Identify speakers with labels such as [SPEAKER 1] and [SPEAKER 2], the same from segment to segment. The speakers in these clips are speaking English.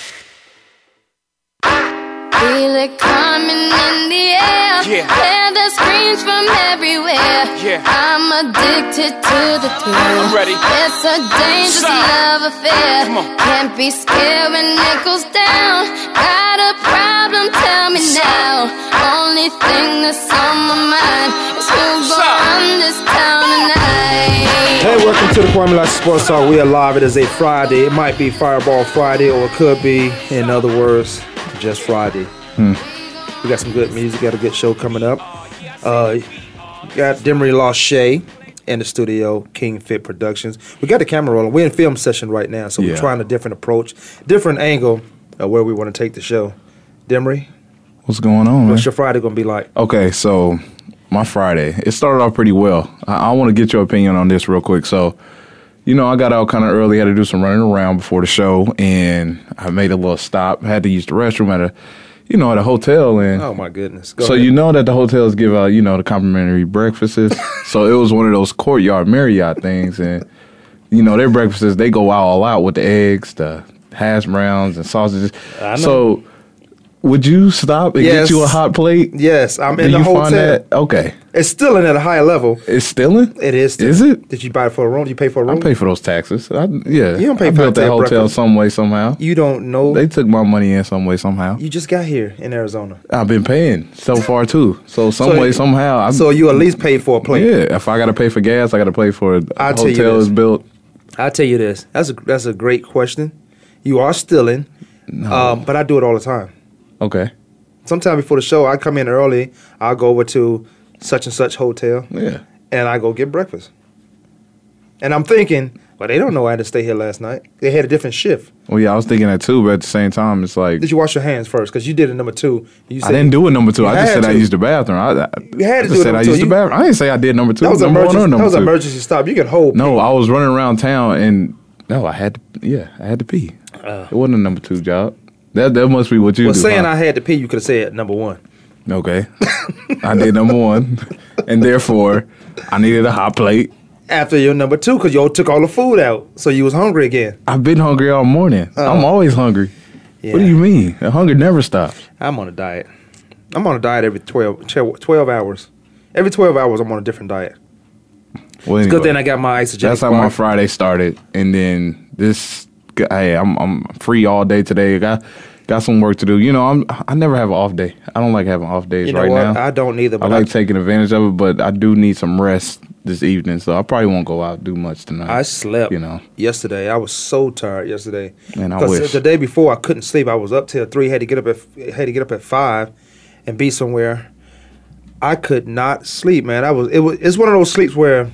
[SPEAKER 1] Feel it coming in the air.
[SPEAKER 2] Yeah.
[SPEAKER 1] Hear the screams from everywhere.
[SPEAKER 2] Yeah.
[SPEAKER 1] I'm addicted to the thrill.
[SPEAKER 2] I'm ready.
[SPEAKER 1] It's a dangerous
[SPEAKER 2] Sigh.
[SPEAKER 1] love affair.
[SPEAKER 2] Come on.
[SPEAKER 1] Can't be scared when it goes down. Got a problem? Tell me now. Only thing that's on my mind is who gon'
[SPEAKER 2] Sigh.
[SPEAKER 1] run this town tonight.
[SPEAKER 3] Hey, welcome to the Kwame Lashley Sports Talk. We are live. It is a Friday. It might be Fireball Friday, or it could be, in other words, just Friday.
[SPEAKER 4] Hmm.
[SPEAKER 3] We got some good music. Got a good show coming up. Uh, got Demery Lachey in the studio, King Fit Productions. We got the camera rolling. We're in film session right now, so we're
[SPEAKER 4] Yeah.
[SPEAKER 3] trying a different approach, different angle of where we want to take the show. Demery,
[SPEAKER 4] What's going on, man?
[SPEAKER 3] what's your Friday gonna be like?
[SPEAKER 4] Okay, so my Friday, it started off pretty well. I, I want to get your opinion on this real quick. So, you know, I got out kind of early, had to do some running around before the show, and I made a little stop. Had to use the restroom at a, you know, at a hotel, and
[SPEAKER 3] Oh my goodness! Go
[SPEAKER 4] so
[SPEAKER 3] ahead.
[SPEAKER 4] you know that the hotels give out, you know, the complimentary breakfasts. so it was one of those courtyard Marriott things, and you know their breakfasts they go out all out with the eggs, the hash browns, and sausages.
[SPEAKER 3] know.
[SPEAKER 4] So would you stop and
[SPEAKER 3] Yes.
[SPEAKER 4] get you a hot plate?
[SPEAKER 3] Yes, I'm
[SPEAKER 4] Do
[SPEAKER 3] in the
[SPEAKER 4] you
[SPEAKER 3] hotel.
[SPEAKER 4] find that okay?
[SPEAKER 3] It's still in at a high level.
[SPEAKER 4] It's stealing.
[SPEAKER 3] It is.
[SPEAKER 4] Is it?
[SPEAKER 3] Did you buy it for a room? Did you pay for a
[SPEAKER 4] I
[SPEAKER 3] room?
[SPEAKER 4] pay for those taxes. I, yeah,
[SPEAKER 3] You don't pay
[SPEAKER 4] I
[SPEAKER 3] for
[SPEAKER 4] built
[SPEAKER 3] that
[SPEAKER 4] that hotel
[SPEAKER 3] breakfast.
[SPEAKER 4] some way somehow.
[SPEAKER 3] you don't know.
[SPEAKER 4] They took my money in some way somehow.
[SPEAKER 3] you just got here in Arizona,
[SPEAKER 4] I've been paying so far too. So some
[SPEAKER 3] So-
[SPEAKER 4] way somehow. I,
[SPEAKER 3] so you at least paid for a plane.
[SPEAKER 4] Yeah, if I gotta pay for gas, I gotta pay for a
[SPEAKER 3] I'll tell you
[SPEAKER 4] hotel
[SPEAKER 3] this.
[SPEAKER 4] is built.
[SPEAKER 3] I tell you this. That's a that's a great question. You are stealing, um, but I do it all the time.
[SPEAKER 4] Okay.
[SPEAKER 3] Sometime before the show, I come in early. I'll go over to such and such hotel,
[SPEAKER 4] Yeah.
[SPEAKER 3] and I go get breakfast. And I'm thinking, well, they don't know I had to stay here last night. They had a different shift.
[SPEAKER 4] Well, yeah, I was thinking that too, but at the same time, it's like
[SPEAKER 3] Did you wash your hands first? Because you did it number two. You said
[SPEAKER 4] I didn't do it number two.
[SPEAKER 3] You
[SPEAKER 4] I just
[SPEAKER 3] had
[SPEAKER 4] said I
[SPEAKER 3] to.
[SPEAKER 4] used the bathroom. I, I,
[SPEAKER 3] You had to do
[SPEAKER 4] I just
[SPEAKER 3] it
[SPEAKER 4] said
[SPEAKER 3] number
[SPEAKER 4] I
[SPEAKER 3] two.
[SPEAKER 4] used the
[SPEAKER 3] You-
[SPEAKER 4] bathroom. I didn't say I did number two.
[SPEAKER 3] That was
[SPEAKER 4] number
[SPEAKER 3] emergency.
[SPEAKER 4] one or
[SPEAKER 3] That
[SPEAKER 4] number
[SPEAKER 3] was
[SPEAKER 4] two.
[SPEAKER 3] emergency stop. You can hold.
[SPEAKER 4] No, I was running around town and no, I had to. Yeah, I had to pee. it wasn't a number two job. That that must be what you
[SPEAKER 3] Uh. Well,
[SPEAKER 4] do.
[SPEAKER 3] saying I
[SPEAKER 4] huh?
[SPEAKER 3] had to pee, you could have said number one.
[SPEAKER 4] okay, I did number one, and therefore I needed a hot plate.
[SPEAKER 3] After your number two, because y'all took all the food out, so you was hungry again.
[SPEAKER 4] I've been hungry all morning. I'm always hungry. What do
[SPEAKER 3] Uh. Yeah.
[SPEAKER 4] you mean? The hunger never stops.
[SPEAKER 3] I'm on a diet. I'm on a diet every 12, 12 hours. Every 12 hours, I'm on a different diet.
[SPEAKER 4] Well,
[SPEAKER 3] It's
[SPEAKER 4] anyway,
[SPEAKER 3] good thing I got my isogenic
[SPEAKER 4] that's how
[SPEAKER 3] bar.
[SPEAKER 4] my Friday started, and then this. Hey, I'm I'm free all day today. Got got some work to do. You know, I'm I never have an off day. I don't like having off days
[SPEAKER 3] You know
[SPEAKER 4] right
[SPEAKER 3] what?
[SPEAKER 4] now.
[SPEAKER 3] I don't either,
[SPEAKER 4] I
[SPEAKER 3] but
[SPEAKER 4] like
[SPEAKER 3] I,
[SPEAKER 4] taking advantage of it, but I do need some rest this evening, so I probably won't go out and do much tonight.
[SPEAKER 3] I slept
[SPEAKER 4] You know,
[SPEAKER 3] yesterday. I was so tired yesterday.
[SPEAKER 4] Man, I
[SPEAKER 3] 'Cause
[SPEAKER 4] wish.
[SPEAKER 3] the day before, I couldn't sleep. I was up till 3, had to get up at, had to get up at 5 and be somewhere. I could not sleep, man. I was, it was It's one of those sleeps where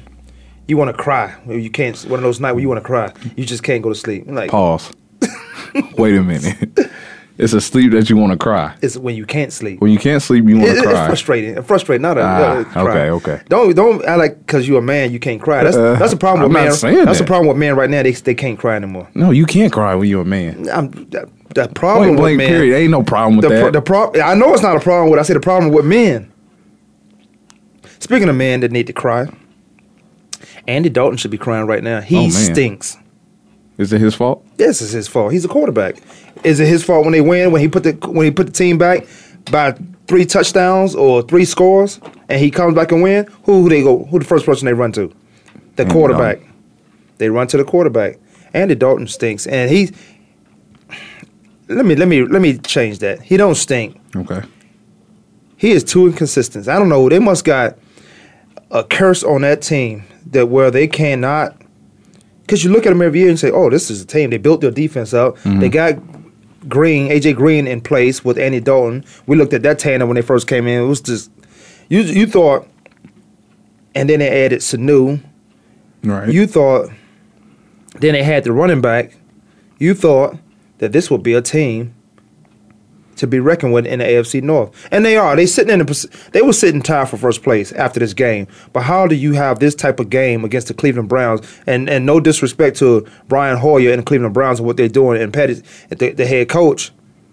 [SPEAKER 3] you want to cry. where You can't, one of those nights where you want to cry. You just can't go to sleep. Like,
[SPEAKER 4] pause. Wait a minute. it's a sleep that you want to cry.
[SPEAKER 3] it's when you can't sleep.
[SPEAKER 4] When you can't sleep, you
[SPEAKER 3] It-
[SPEAKER 4] want
[SPEAKER 3] it-
[SPEAKER 4] to
[SPEAKER 3] it's
[SPEAKER 4] cry.
[SPEAKER 3] frustrating. It's frustrating. Not a
[SPEAKER 4] Ah,
[SPEAKER 3] uh, cry.
[SPEAKER 4] okay, okay.
[SPEAKER 3] Don't don't I like because you're a man, you can't cry. That's
[SPEAKER 4] Uh,
[SPEAKER 3] that's a problem.
[SPEAKER 4] I'm
[SPEAKER 3] with
[SPEAKER 4] not
[SPEAKER 3] men.
[SPEAKER 4] saying
[SPEAKER 3] that's a
[SPEAKER 4] that.
[SPEAKER 3] problem with men right now. They they can't cry anymore.
[SPEAKER 4] no, you can't cry when you're a man.
[SPEAKER 3] I'm, that, the problem
[SPEAKER 4] Point
[SPEAKER 3] with
[SPEAKER 4] blank.
[SPEAKER 3] men.
[SPEAKER 4] Period. Ain't no problem with
[SPEAKER 3] The
[SPEAKER 4] that.
[SPEAKER 3] pro, the pro, I know it's not a problem with. I say the problem with men. Speaking of men that need to cry, Andy Dalton should be crying right now. He
[SPEAKER 4] Oh, man.
[SPEAKER 3] stinks.
[SPEAKER 4] Is it his fault?
[SPEAKER 3] This is his fault. He's a quarterback. Is it his fault when they win? When he put the when he put the team back by three touchdowns or three scores, and he comes back and win? Who, who they go? Who the first person they run to? The
[SPEAKER 4] Andy
[SPEAKER 3] quarterback.
[SPEAKER 4] Dalton.
[SPEAKER 3] They run to the quarterback. Andy Dalton stinks, and he. Let me let me let me change that. He don't stink.
[SPEAKER 4] Okay.
[SPEAKER 3] He is too inconsistent. I don't know. They must got a curse on that team that where they cannot. Because you look at them every year and say, "Oh, this is a team. They built their defense up. They got Green, AJ Green in place with Andy Dalton. We looked at that tandem when they first came in. It was just you. You thought, and then they added Sanu.
[SPEAKER 4] Right.
[SPEAKER 3] You thought. Then they had the running back. You thought. that this will be a team to be reckoned with in the AFC North. And they are. They sitting in the pos- they were sitting tied for first place after this game. But how do you have this type of game against the Cleveland Browns? And and no disrespect to Brian Hoyer and the Cleveland Browns and what they're doing and Petty, the, the head coach.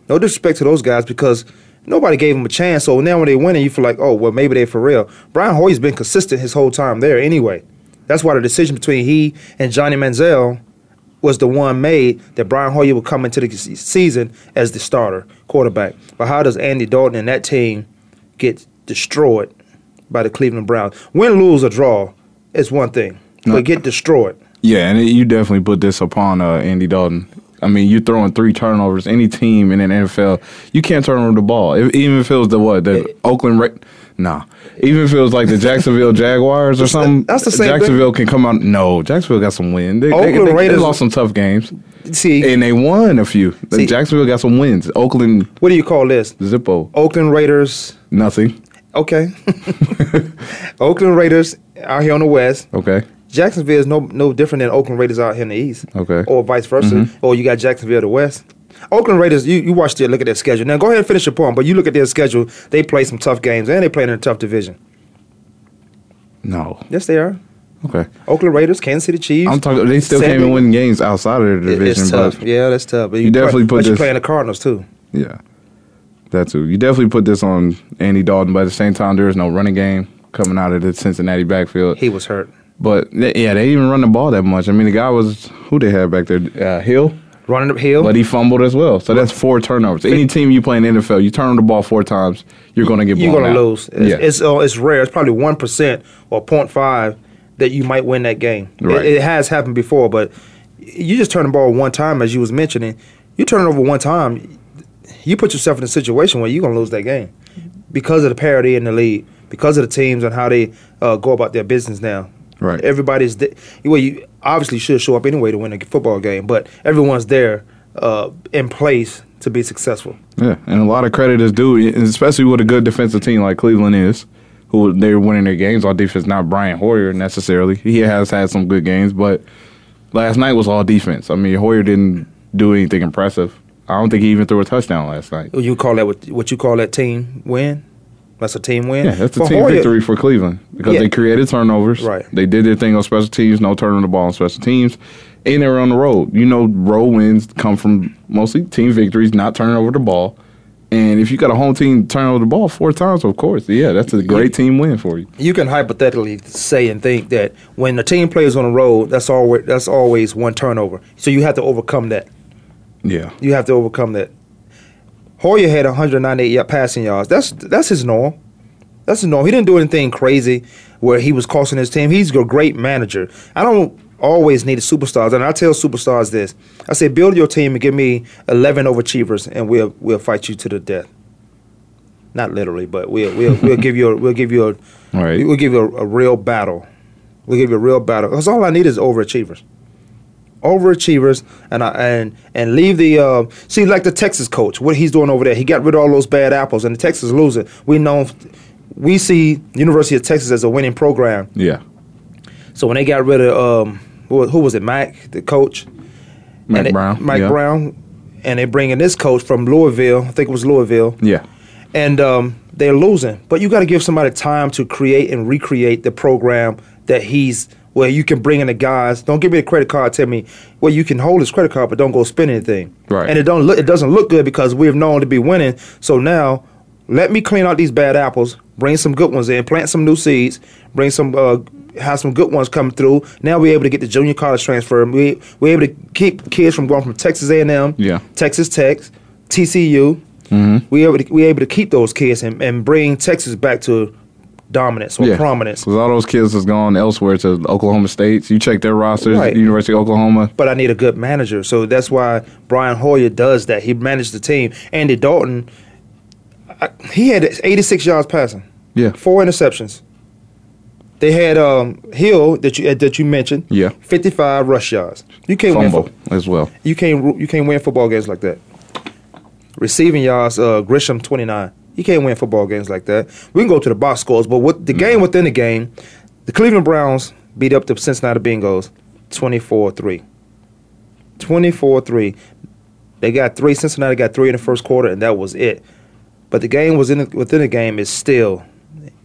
[SPEAKER 3] No disrespect to those guys because nobody gave them a chance. So now when they win, you feel like, oh well, maybe they for real. Brian Hoyer's been consistent his whole time there anyway. That's why the decision between he and Johnny Manziel was the one made that Brian Hoyer would come into the se- season as the starter quarterback. But how does Andy Dalton and that team get destroyed by the Cleveland Browns? Win, lose, or draw is one thing, but get destroyed.
[SPEAKER 4] Yeah, and it, you definitely put this upon uh, Andy Dalton. I mean, you're throwing three turnovers. Any team in an NFL, you can't turn over the ball. If, even if it was the what the Oakland, Ra- nah. Even if it was like the Jacksonville Jaguars or something,
[SPEAKER 3] that's the same thing.
[SPEAKER 4] Jacksonville can come out. No, Jacksonville got some win. They, they-
[SPEAKER 3] Oakland
[SPEAKER 4] they- they
[SPEAKER 3] Raiders-
[SPEAKER 4] lost some tough games,
[SPEAKER 3] See,
[SPEAKER 4] and they won a few. Like,
[SPEAKER 3] See-
[SPEAKER 4] Jacksonville got some wins. Oakland
[SPEAKER 3] what do you call this?
[SPEAKER 4] Zippo
[SPEAKER 3] Oakland Raiders.
[SPEAKER 4] nothing.
[SPEAKER 3] Okay, Oakland Raiders out here on the West.
[SPEAKER 4] Okay,
[SPEAKER 3] Jacksonville is no no different than Oakland Raiders out here in the East.
[SPEAKER 4] Okay. Mm-hmm.
[SPEAKER 3] Or vice versa. Or you got Jacksonville the West. Oakland Raiders, you, you watch their look at their schedule. Now go ahead and finish your point, but you look at their schedule, they play some tough games and they play in a tough division.
[SPEAKER 4] no.
[SPEAKER 3] Yes, they are.
[SPEAKER 4] Okay,
[SPEAKER 3] Oakland Raiders, Kansas City Chiefs.
[SPEAKER 4] I'm talking. They still
[SPEAKER 3] San
[SPEAKER 4] came and
[SPEAKER 3] Diego-
[SPEAKER 4] win games outside of
[SPEAKER 3] It-
[SPEAKER 4] their division,
[SPEAKER 3] It's
[SPEAKER 4] but
[SPEAKER 3] tough. Yeah, that's tough. But you, play,
[SPEAKER 4] definitely put
[SPEAKER 3] but you
[SPEAKER 4] this-
[SPEAKER 3] playing the Cardinals too.
[SPEAKER 4] Yeah, that too. You definitely put this on Andy Dalton, but at the same time, there is no running game coming out of the Cincinnati backfield.
[SPEAKER 3] He was hurt.
[SPEAKER 4] But th- yeah, they didn't even run the ball that much. I mean, the guy was who they had back there, uh, Hill,
[SPEAKER 3] Running up hill.
[SPEAKER 4] but he fumbled as well. So that's four turnovers. Any team you play in the NFL, you turn the ball four times, you're going to get
[SPEAKER 3] you're
[SPEAKER 4] blown
[SPEAKER 3] gonna
[SPEAKER 4] out.
[SPEAKER 3] lose. It's
[SPEAKER 4] yeah.
[SPEAKER 3] it's, uh, it's rare. It's probably one percent or 0.5 that you might win that game. It-
[SPEAKER 4] Right.
[SPEAKER 3] It, has happened before, but you just turn the ball one time, as you was mentioning. You turn it over one time, you put yourself in a situation where you're gonna lose that game because of the parity in the league, because of the teams and how they uh, go about their business now.
[SPEAKER 4] Right.
[SPEAKER 3] Everybody's th- well. You obviously should show up anyway to win a football game, but everyone's there uh, in place to be successful.
[SPEAKER 4] yeah, and a lot of credit is due, and especially with a good defensive team like Cleveland is. Who they're winning their games on defense, not Brian Hoyer necessarily. He has had some good games, but last night was all defense. I mean, Hoyer didn't do anything impressive. I don't think he even threw a touchdown last night.
[SPEAKER 3] you call that what, what you call that team win? That's a team win.
[SPEAKER 4] Yeah, that's the
[SPEAKER 3] For
[SPEAKER 4] team
[SPEAKER 3] Hoyer-
[SPEAKER 4] victory for Cleveland because
[SPEAKER 3] Yeah.
[SPEAKER 4] they created turnovers.
[SPEAKER 3] Right.
[SPEAKER 4] They did their thing on special teams, no turning the ball on special teams, and they were on the road. You know, road wins come from mostly team victories, not turning over the ball. And if you got a home team turn over the ball four times, of course, yeah, that's a great team win for you.
[SPEAKER 3] You can hypothetically say and think that when the team plays on the road, that's always that's always one turnover. So you have to overcome that.
[SPEAKER 4] Yeah.
[SPEAKER 3] You have to overcome that. Hoyer had 198 y- passing yards. That's that's his norm. That's his norm. He didn't do anything crazy where he was costing his team. He's a great manager. I don't always need superstars, and I tell superstars this. I say, build your team and give me 11 overachievers, and we'll we'll fight you to the death. Not literally, but we'll we'll, we'll give you a, we'll give you a
[SPEAKER 4] All right.
[SPEAKER 3] we'll give you a, a real battle. We'll give you a real battle. Because all I need is overachievers overachievers and I, and and leave the uh, see like the Texas coach what he's doing over there. He got rid of all those bad apples and the Texas losing. We know we see University of Texas as a winning program.
[SPEAKER 4] Yeah.
[SPEAKER 3] So when they got rid of um, who, who was it, Mike, the coach,
[SPEAKER 4] Mike
[SPEAKER 3] And they-
[SPEAKER 4] Brown.
[SPEAKER 3] Mike
[SPEAKER 4] yeah.
[SPEAKER 3] Brown, and they bringing this coach from Louisville. I think it was Louisville
[SPEAKER 4] Yeah.
[SPEAKER 3] and um, they're losing. But you got to give somebody time to create and recreate the program that he's where you can bring in the guys. Don't give me the credit card. Tell me well you can hold his credit card, but don't go spend anything.
[SPEAKER 4] Right.
[SPEAKER 3] And it don't look, it doesn't look good because we've known to be winning. So now let me clean out these bad apples. Bring some good ones in. Plant some new seeds. Bring some. Uh, have some good ones come through. Now we're able to get the junior college transfer. We we're able to keep kids from going from Texas A and M,
[SPEAKER 4] Yeah.
[SPEAKER 3] Texas Tech, TCU, we able to, we able to keep those kids and, and bring Texas back to dominance or
[SPEAKER 4] yeah.
[SPEAKER 3] prominence.
[SPEAKER 4] Because all those kids has gone elsewhere to Oklahoma State. You check their rosters,
[SPEAKER 3] Right.
[SPEAKER 4] University of Oklahoma.
[SPEAKER 3] But I need a good manager, so that's why Brian Hoyer does that. He managed the team. Andy Dalton, I, he had 86 yards passing,
[SPEAKER 4] Yeah.
[SPEAKER 3] four interceptions. They had um, Hill that you that you mentioned,
[SPEAKER 4] Yeah.
[SPEAKER 3] 55 rush yards. You can't win.
[SPEAKER 4] Fumble
[SPEAKER 3] fo-
[SPEAKER 4] as well.
[SPEAKER 3] You can't ru- you can't win football games like that. Receiving yards, uh, Grisham twenty nine. You can't win football games like that. We can go to the box scores, but what the game within the game, the Cleveland Browns beat up the Cincinnati Bengals 24-3. 24-3. They got three. Cincinnati got three in the first quarter, and that was it. But the game was in the, within the game is still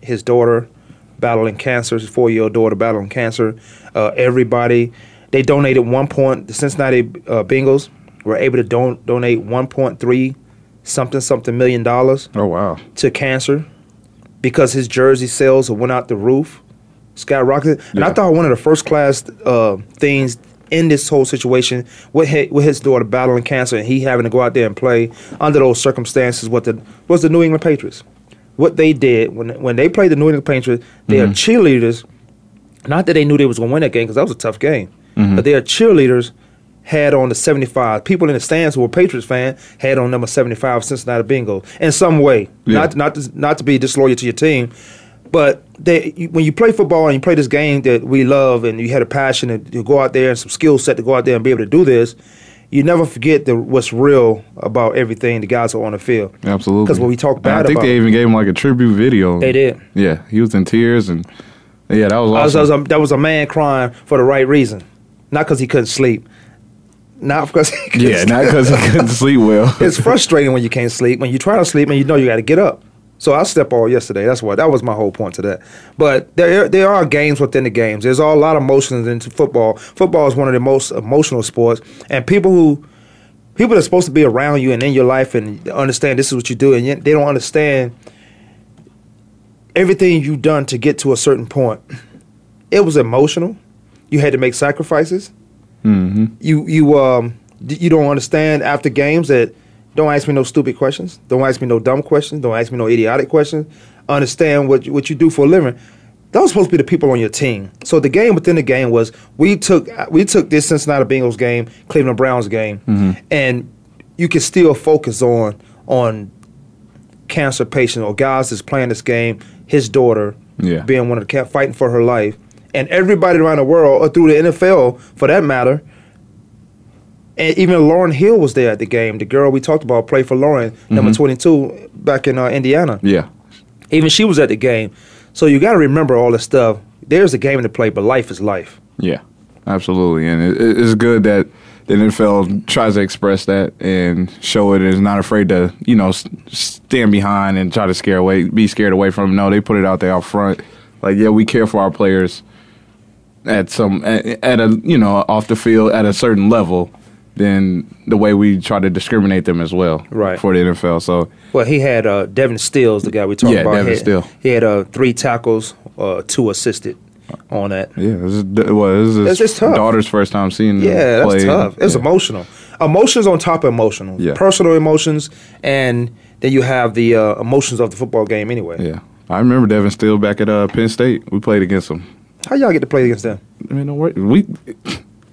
[SPEAKER 3] his daughter battling cancer, his four year old daughter battling cancer. Uh, everybody, they donated one point. The Cincinnati uh, Bengals were able to don- donate one point three something something million dollars
[SPEAKER 4] Oh wow.
[SPEAKER 3] to cancer because his jersey sales went out the roof, skyrocketed. And I
[SPEAKER 4] Yeah.
[SPEAKER 3] thought one of the first class uh, things in this whole situation with his, with his daughter battling cancer and he having to go out there and play under those circumstances what the was the New England Patriots. What they did when when they played the New England Patriots, they
[SPEAKER 4] Mm-hmm.
[SPEAKER 3] are cheerleaders. Not that they knew they was going to win that game because that was a tough game,
[SPEAKER 4] Mm-hmm.
[SPEAKER 3] but their cheerleaders had on the 75. People in the stands who were Patriots fan had on number 75 Cincinnati Bengals in some way.
[SPEAKER 4] Yeah.
[SPEAKER 3] Not not to, not to be disloyal to your team, but they you, when you play football and you play this game that we love and you had a passion to, to go out there and some skill set to go out there and be able to do this, you never forget the, what's real about everything the guys are on the field.
[SPEAKER 4] Absolutely.
[SPEAKER 3] Because when we talk
[SPEAKER 4] And
[SPEAKER 3] bad
[SPEAKER 4] I think
[SPEAKER 3] about
[SPEAKER 4] they even gave him like a tribute video.
[SPEAKER 3] They did.
[SPEAKER 4] Yeah, he was in tears and yeah, that was
[SPEAKER 3] I was,
[SPEAKER 4] awesome.
[SPEAKER 3] I was a, that was a man crying for the right reason, not because he couldn't sleep, not because he couldn't
[SPEAKER 4] yeah, not because he couldn't sleep well.
[SPEAKER 3] it's frustrating when you can't sleep, when you try to sleep and you know you got to get up. So I slept all yesterday. That's why that was my whole point to that. But there there are games within the games. There's a lot of emotions into football. Football is one of the most emotional sports, and people who people that's supposed to be around you and in your life and understand this is what you do, and yet they don't understand everything you've done to get to a certain point. It was emotional. You had to make sacrifices you you um d- you don't understand after games that don't ask me no stupid questions. Don't ask me no dumb questions. Don't ask me no idiotic questions. Understand what you, what you do for a living. That was supposed to be the people on your team. So the game within the game was we took we took this Cincinnati Bengals game, Cleveland Browns game, and you can still focus on on cancer patient or guys that's playing this game, his daughter
[SPEAKER 4] Yeah.
[SPEAKER 3] being one of the ca- fighting for her life, and everybody around the world or through the NFL for that matter. And even Lauren Hill was there at the game. The girl we talked about played for Lauren, number 22, back in uh, Indiana.
[SPEAKER 4] Mm-hmm. yeah.
[SPEAKER 3] Even she was at the game. So you got to remember all this stuff. There's a game to play, but life is life.
[SPEAKER 4] Yeah, absolutely, and it, it- it's good that the NFL tries to express that and show it, and is not afraid to you know s- stand behind and try to scare away, be scared away from. 'em. No, they put it out there out front. Like, yeah, we care for our players at some at, at a you know off the field at a certain level. Then the way we try to discriminate them as well,
[SPEAKER 3] Right.
[SPEAKER 4] for the NFL. So
[SPEAKER 3] Well, he had uh, Devin Stills, the guy we talked
[SPEAKER 4] Yeah,
[SPEAKER 3] about.
[SPEAKER 4] Devin
[SPEAKER 3] He had-
[SPEAKER 4] Steele.
[SPEAKER 3] He had uh, three tackles, uh, two assisted on that.
[SPEAKER 4] yeah, this is, well, this is
[SPEAKER 3] That's
[SPEAKER 4] his
[SPEAKER 3] just tough.
[SPEAKER 4] daughter's first time seeing. him
[SPEAKER 3] Yeah,
[SPEAKER 4] play.
[SPEAKER 3] that's tough. It's
[SPEAKER 4] Yeah.
[SPEAKER 3] emotional. Emotions on top of emotional.
[SPEAKER 4] Yeah.
[SPEAKER 3] Personal emotions, and then you have the uh, emotions of the football game anyway.
[SPEAKER 4] Yeah, I remember Devin Steele back at uh, Penn State. We played against him.
[SPEAKER 3] How y'all get to play against them?
[SPEAKER 4] I mean, don't worry. We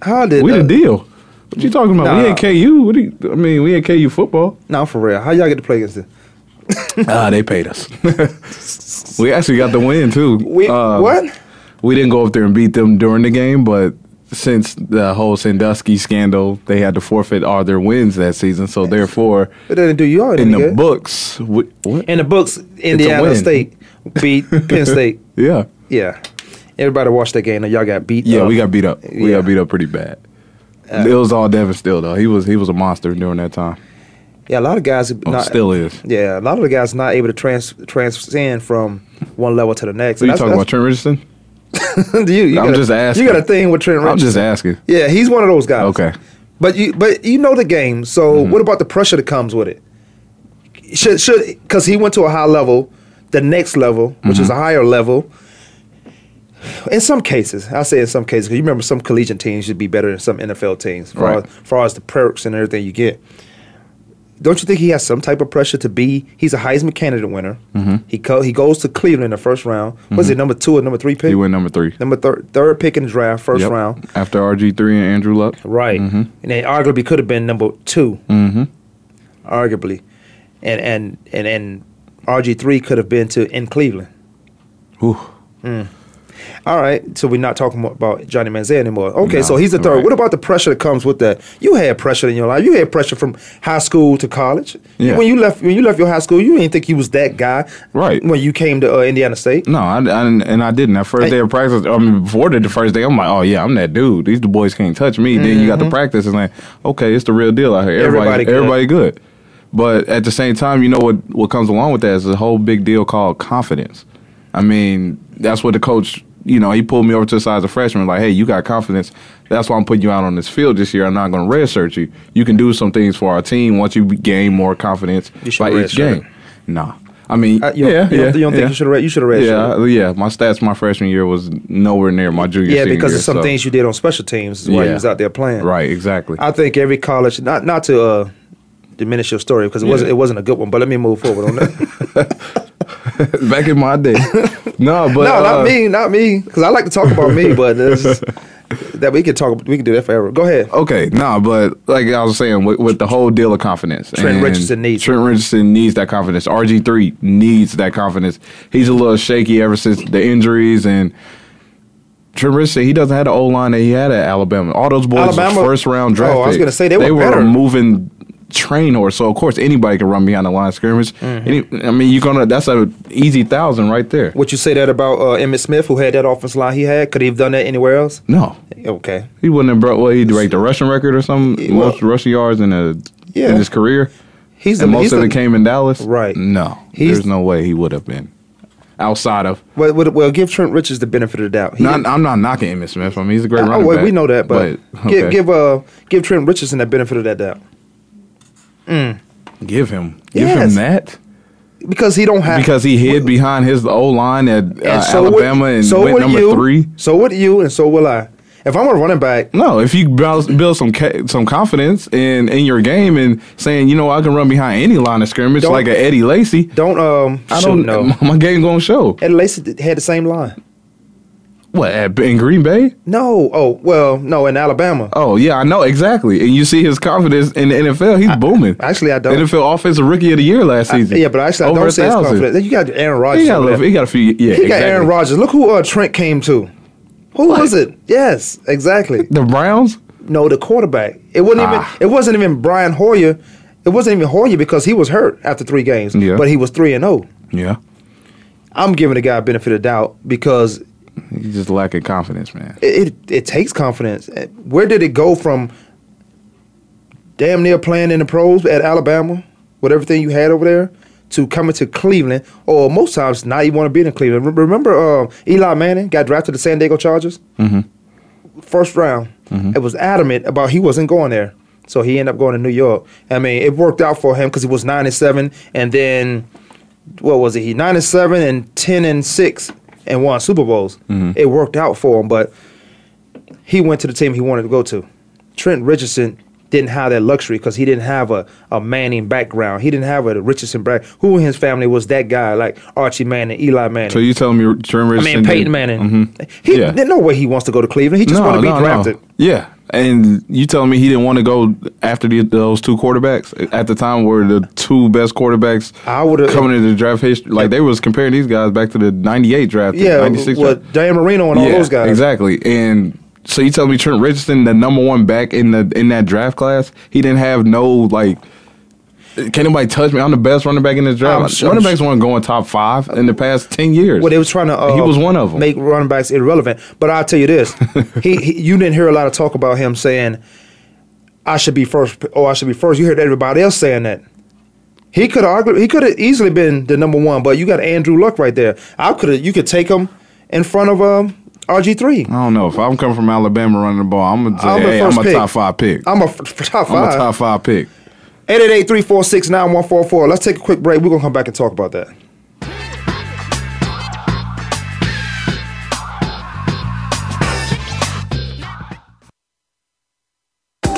[SPEAKER 3] How did
[SPEAKER 4] we
[SPEAKER 3] uh,
[SPEAKER 4] the deal. What you talking about?
[SPEAKER 3] Nah.
[SPEAKER 4] We ain't KU. What do you, I mean, we ain't KU football.
[SPEAKER 3] No, for real. How y'all get to play against them?
[SPEAKER 4] Ah, they paid us. we actually got the win too.
[SPEAKER 3] We
[SPEAKER 4] Uh,
[SPEAKER 3] what?
[SPEAKER 4] We didn't go up there and beat them during the game, but since the whole Sandusky scandal, they had to forfeit all their wins that season. So therefore,
[SPEAKER 3] It didn't do you all any
[SPEAKER 4] in the
[SPEAKER 3] good.
[SPEAKER 4] books, we, what?
[SPEAKER 3] In the books, Indiana
[SPEAKER 4] win.
[SPEAKER 3] State beat Penn State.
[SPEAKER 4] yeah,
[SPEAKER 3] Yeah, everybody watched that game. and Y'all got beat.
[SPEAKER 4] yeah,
[SPEAKER 3] up.
[SPEAKER 4] we got beat up. We
[SPEAKER 3] yeah. Uh,
[SPEAKER 4] got beat up pretty bad. it was all Devin Steele though. He was he was a monster during that time.
[SPEAKER 3] Yeah, a lot of guys
[SPEAKER 4] Oh,
[SPEAKER 3] not,
[SPEAKER 4] still is.
[SPEAKER 3] Yeah, a lot of the guys not able to trans transcend from one level to the next.
[SPEAKER 4] So you
[SPEAKER 3] That's-
[SPEAKER 4] talking about Trent Richardson?
[SPEAKER 3] that's- you, you
[SPEAKER 4] I'm
[SPEAKER 3] got
[SPEAKER 4] just
[SPEAKER 3] a,
[SPEAKER 4] asking.
[SPEAKER 3] You got a thing with Trent.
[SPEAKER 4] I'm
[SPEAKER 3] Richardson.
[SPEAKER 4] just asking.
[SPEAKER 3] Yeah, he's one of those guys.
[SPEAKER 4] Okay. Mm-hmm.
[SPEAKER 3] But you but you know the game. So what about the pressure that comes with it? Should should because he went to a high level, the next level, which is a
[SPEAKER 4] Mm-hmm.
[SPEAKER 3] higher level. In some cases, I say in some cases, 'cause you remember some collegiate teams should be better than some NFL teams, far
[SPEAKER 4] Right.
[SPEAKER 3] as, far as the perks and everything you get. Don't you think he has some type of pressure to be? He's a Heisman candidate winner.
[SPEAKER 4] Mm-hmm.
[SPEAKER 3] He co- he goes to Cleveland in the first round. Was it number two or number three pick?
[SPEAKER 4] He went number three.
[SPEAKER 3] number third third pick in the draft, first
[SPEAKER 4] Yep.
[SPEAKER 3] round.
[SPEAKER 4] After RG three and Andrew Luck.
[SPEAKER 3] Right.
[SPEAKER 4] Mm-hmm.
[SPEAKER 3] And they arguably could have been number 2 Mm-hmm. Arguably. And and and and RG three could have been to in Cleveland.
[SPEAKER 4] Whew.
[SPEAKER 3] Mm. All right, so we're not talking mo- about Johnny Manziel anymore. Okay,
[SPEAKER 4] No,
[SPEAKER 3] so he's the third.
[SPEAKER 4] right.
[SPEAKER 3] What about the pressure that comes with that? You had pressure in your life. You had pressure from high school to college.
[SPEAKER 4] Yeah.
[SPEAKER 3] When you left, when you left your high school, you didn't think you was that guy.
[SPEAKER 4] Right.
[SPEAKER 3] When you came to uh, Indiana State.
[SPEAKER 4] No, I, I didn't, and I didn't. That first day of practice, I mean, before the, the first day, I'm like, oh yeah, I'm that dude. These the boys can't touch me. Then you got the practice, and like, okay, it's the real deal out here.
[SPEAKER 3] Mm-hmm. Everybody
[SPEAKER 4] Everybody, everybody
[SPEAKER 3] good.
[SPEAKER 4] good. But at the same time, you know what what comes along with that is a whole big deal called confidence. I mean, that's what the coach. You know, he pulled me over to the side as a freshman, like, hey, you got confidence. That's why I'm putting you out on this field this year. I'm not going to redshirt you. You can do some things for our team once you gain more confidence
[SPEAKER 3] You should
[SPEAKER 4] by each
[SPEAKER 3] redshirt him.
[SPEAKER 4] game. Nah. I mean,
[SPEAKER 3] Uh, you don't-
[SPEAKER 4] yeah,
[SPEAKER 3] you don't-
[SPEAKER 4] yeah,
[SPEAKER 3] you don't think
[SPEAKER 4] yeah.
[SPEAKER 3] you should've read- you should've read
[SPEAKER 4] Yeah,
[SPEAKER 3] shirt.
[SPEAKER 4] uh, yeah, my stats my freshman year was nowhere near my junior.
[SPEAKER 3] Yeah,
[SPEAKER 4] senior
[SPEAKER 3] because
[SPEAKER 4] year,
[SPEAKER 3] of some
[SPEAKER 4] so-
[SPEAKER 3] things you did on special teams while you
[SPEAKER 4] Yeah.
[SPEAKER 3] was out there playing.
[SPEAKER 4] Right, exactly.
[SPEAKER 3] I think every college, not not to uh, diminish your story because it wasn't
[SPEAKER 4] Yeah.
[SPEAKER 3] it wasn't a good one, but let me move forward on that.
[SPEAKER 4] Back in my day, no, but
[SPEAKER 3] no,
[SPEAKER 4] uh,
[SPEAKER 3] not me, not me, because I like to talk about me, but it's just- that we could talk, we could do that forever. Go ahead.
[SPEAKER 4] Okay, nah, but like I was saying, with, with the whole deal of confidence,
[SPEAKER 3] Trent Richardson needs it.
[SPEAKER 4] Trent Richardson needs that confidence. RG three needs that confidence. He's a little shaky ever since the injuries and. Trent Richardson, he doesn't have the old line that he had at Alabama. All those boys,
[SPEAKER 3] Alabama-
[SPEAKER 4] were first round
[SPEAKER 3] Oh, I
[SPEAKER 4] draft.
[SPEAKER 3] was
[SPEAKER 4] picks.
[SPEAKER 3] gonna say, they were better.
[SPEAKER 4] a moving train horse. So of course anybody can run behind the line of scrimmage.
[SPEAKER 3] Mm-hmm.
[SPEAKER 4] Any, I mean, you're gonna that's a easy thousand right there.
[SPEAKER 3] Would you say that about uh, Emmett Smith, who had that offense line he had? Could he have done that anywhere else?
[SPEAKER 4] No,
[SPEAKER 3] Okay.
[SPEAKER 4] He wouldn't have brought. Well, he ranked the rushing record or something.
[SPEAKER 3] Well-
[SPEAKER 4] most rushing yards in a
[SPEAKER 3] Yeah.
[SPEAKER 4] in his career.
[SPEAKER 3] He's the
[SPEAKER 4] and
[SPEAKER 3] he's
[SPEAKER 4] most of
[SPEAKER 3] the-
[SPEAKER 4] it came in Dallas.
[SPEAKER 3] Right.
[SPEAKER 4] No,
[SPEAKER 3] He's-
[SPEAKER 4] there's no way he would have been outside of.
[SPEAKER 3] Well, well, well, give Trent Richards the benefit of the doubt. He
[SPEAKER 4] Not,
[SPEAKER 3] didn't-
[SPEAKER 4] I'm not knocking Emmitt Smith. I mean, he's a great
[SPEAKER 3] oh,
[SPEAKER 4] running
[SPEAKER 3] wait,
[SPEAKER 4] back.
[SPEAKER 3] we know that, but, give
[SPEAKER 4] okay.
[SPEAKER 3] give uh give Trent Richardson that benefit of that doubt
[SPEAKER 4] Give him give
[SPEAKER 3] Yes.
[SPEAKER 4] him that
[SPEAKER 3] because he don't have
[SPEAKER 4] because he hid behind his old line at uh,
[SPEAKER 3] and so would-
[SPEAKER 4] Alabama and went number
[SPEAKER 3] you,
[SPEAKER 4] three.
[SPEAKER 3] So would you, and so will I. If I'm a running back,
[SPEAKER 4] No, if you build, build some ca- some confidence in in your game and saying, you know, I can run behind any line of scrimmage
[SPEAKER 3] Don't-
[SPEAKER 4] like a Eddie Lacy.
[SPEAKER 3] don't um.
[SPEAKER 4] I don't
[SPEAKER 3] shoot, no.
[SPEAKER 4] know. My game gonna show.
[SPEAKER 3] Eddie Lacy had the same line.
[SPEAKER 4] What at, in Green Bay?
[SPEAKER 3] No. Oh well. No, in Alabama.
[SPEAKER 4] Oh yeah, I know exactly. And you see his confidence in the NFL. He's booming.
[SPEAKER 3] actually, I don't.
[SPEAKER 4] NFL Offensive Rookie of the Year last
[SPEAKER 3] I-
[SPEAKER 4] season.
[SPEAKER 3] yeah, but actually, I
[SPEAKER 4] Over
[SPEAKER 3] don't
[SPEAKER 4] a
[SPEAKER 3] see his
[SPEAKER 4] thousand.
[SPEAKER 3] confidence. You got Aaron Rodgers.
[SPEAKER 4] He got a
[SPEAKER 3] over
[SPEAKER 4] little.
[SPEAKER 3] there.
[SPEAKER 4] He got a few. Yeah,
[SPEAKER 3] He
[SPEAKER 4] exactly.
[SPEAKER 3] got Aaron Rodgers. Look who uh, Trent came to. Who was it? Yes, exactly.
[SPEAKER 4] The Browns.
[SPEAKER 3] No, the quarterback. It wasn't even.
[SPEAKER 4] Ah.
[SPEAKER 3] It wasn't even Brian Hoyer. It wasn't even Hoyer because he was hurt after three games.
[SPEAKER 4] Yeah.
[SPEAKER 3] But he was three and zero.
[SPEAKER 4] Yeah,
[SPEAKER 3] I'm giving the guy benefit of doubt because
[SPEAKER 4] he's just lacking confidence, man.
[SPEAKER 3] it, it it takes confidence. Where did it go from damn near playing in the pros at Alabama with everything you had over there to coming to Cleveland or most times not even want to be in Cleveland? Re- Remember uh, Eli Manning got drafted to the San Diego Chargers? First round.
[SPEAKER 4] Mm-hmm.
[SPEAKER 3] It was adamant about he wasn't going there. So he ended up going to New York. I mean, it worked out for him because he was 9 and 7 and then what was it? He nine and seven and ten and six and won Super Bowls.
[SPEAKER 4] Mm-hmm.
[SPEAKER 3] It worked out for him, but he went to the team he wanted to go to. Trent Richardson didn't have that luxury because he didn't have a, a Manning background. He didn't have a Richardson back. Who in his family was that guy like Archie Manning, Eli Manning?
[SPEAKER 4] So you telling me Trent
[SPEAKER 3] I
[SPEAKER 4] Richardson?
[SPEAKER 3] mean Peyton
[SPEAKER 4] didn't-
[SPEAKER 3] Manning.
[SPEAKER 4] Mhm.
[SPEAKER 3] He
[SPEAKER 4] Yeah.
[SPEAKER 3] there's no way he wants to go to Cleveland. He just want to be drafted.
[SPEAKER 4] Yeah, and you telling me he didn't want to go after the, those two quarterbacks at the time were the two best quarterbacks
[SPEAKER 3] I would've-
[SPEAKER 4] coming into the draft history. Like they was comparing these guys back to the '98 draft,
[SPEAKER 3] Yeah,
[SPEAKER 4] '96 draft.
[SPEAKER 3] with Dan Marino and all those guys.
[SPEAKER 4] Exactly. And so you tell me Trent Richardson, the number one back in the in that draft class, he didn't have no like can anybody touch me? I'm the best running back in this draft.
[SPEAKER 3] I'm sure-
[SPEAKER 4] running backs weren't going top five in the past ten years.
[SPEAKER 3] Well, they was trying to. Uh,
[SPEAKER 4] he was one of them.
[SPEAKER 3] Make running backs irrelevant. But I'll tell you this: he, he, you didn't hear a lot of talk about him saying, "I should be first. Oh, I should be first. You heard everybody else saying that. He could argue. He could have easily been the number one. But you got Andrew Luck right there. I could. have You could take him in front of um, RG three.
[SPEAKER 4] I don't know if I'm coming from Alabama running the ball. I'm gonna say,
[SPEAKER 3] I'm the
[SPEAKER 4] hey,
[SPEAKER 3] first
[SPEAKER 4] I'm a
[SPEAKER 3] pick.
[SPEAKER 4] top five pick.
[SPEAKER 3] I'm a f- top
[SPEAKER 4] I'm a
[SPEAKER 3] five.
[SPEAKER 4] top five pick.
[SPEAKER 3] Eight eight eight three four six nine one four four. Let's take a quick break. We're gonna come back and talk about that.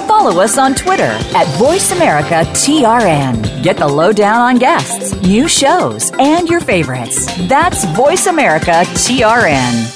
[SPEAKER 5] Follow us on Twitter at VoiceAmericaTRN. Get the lowdown on guests, new shows, and your favorites. That's VoiceAmericaTRN.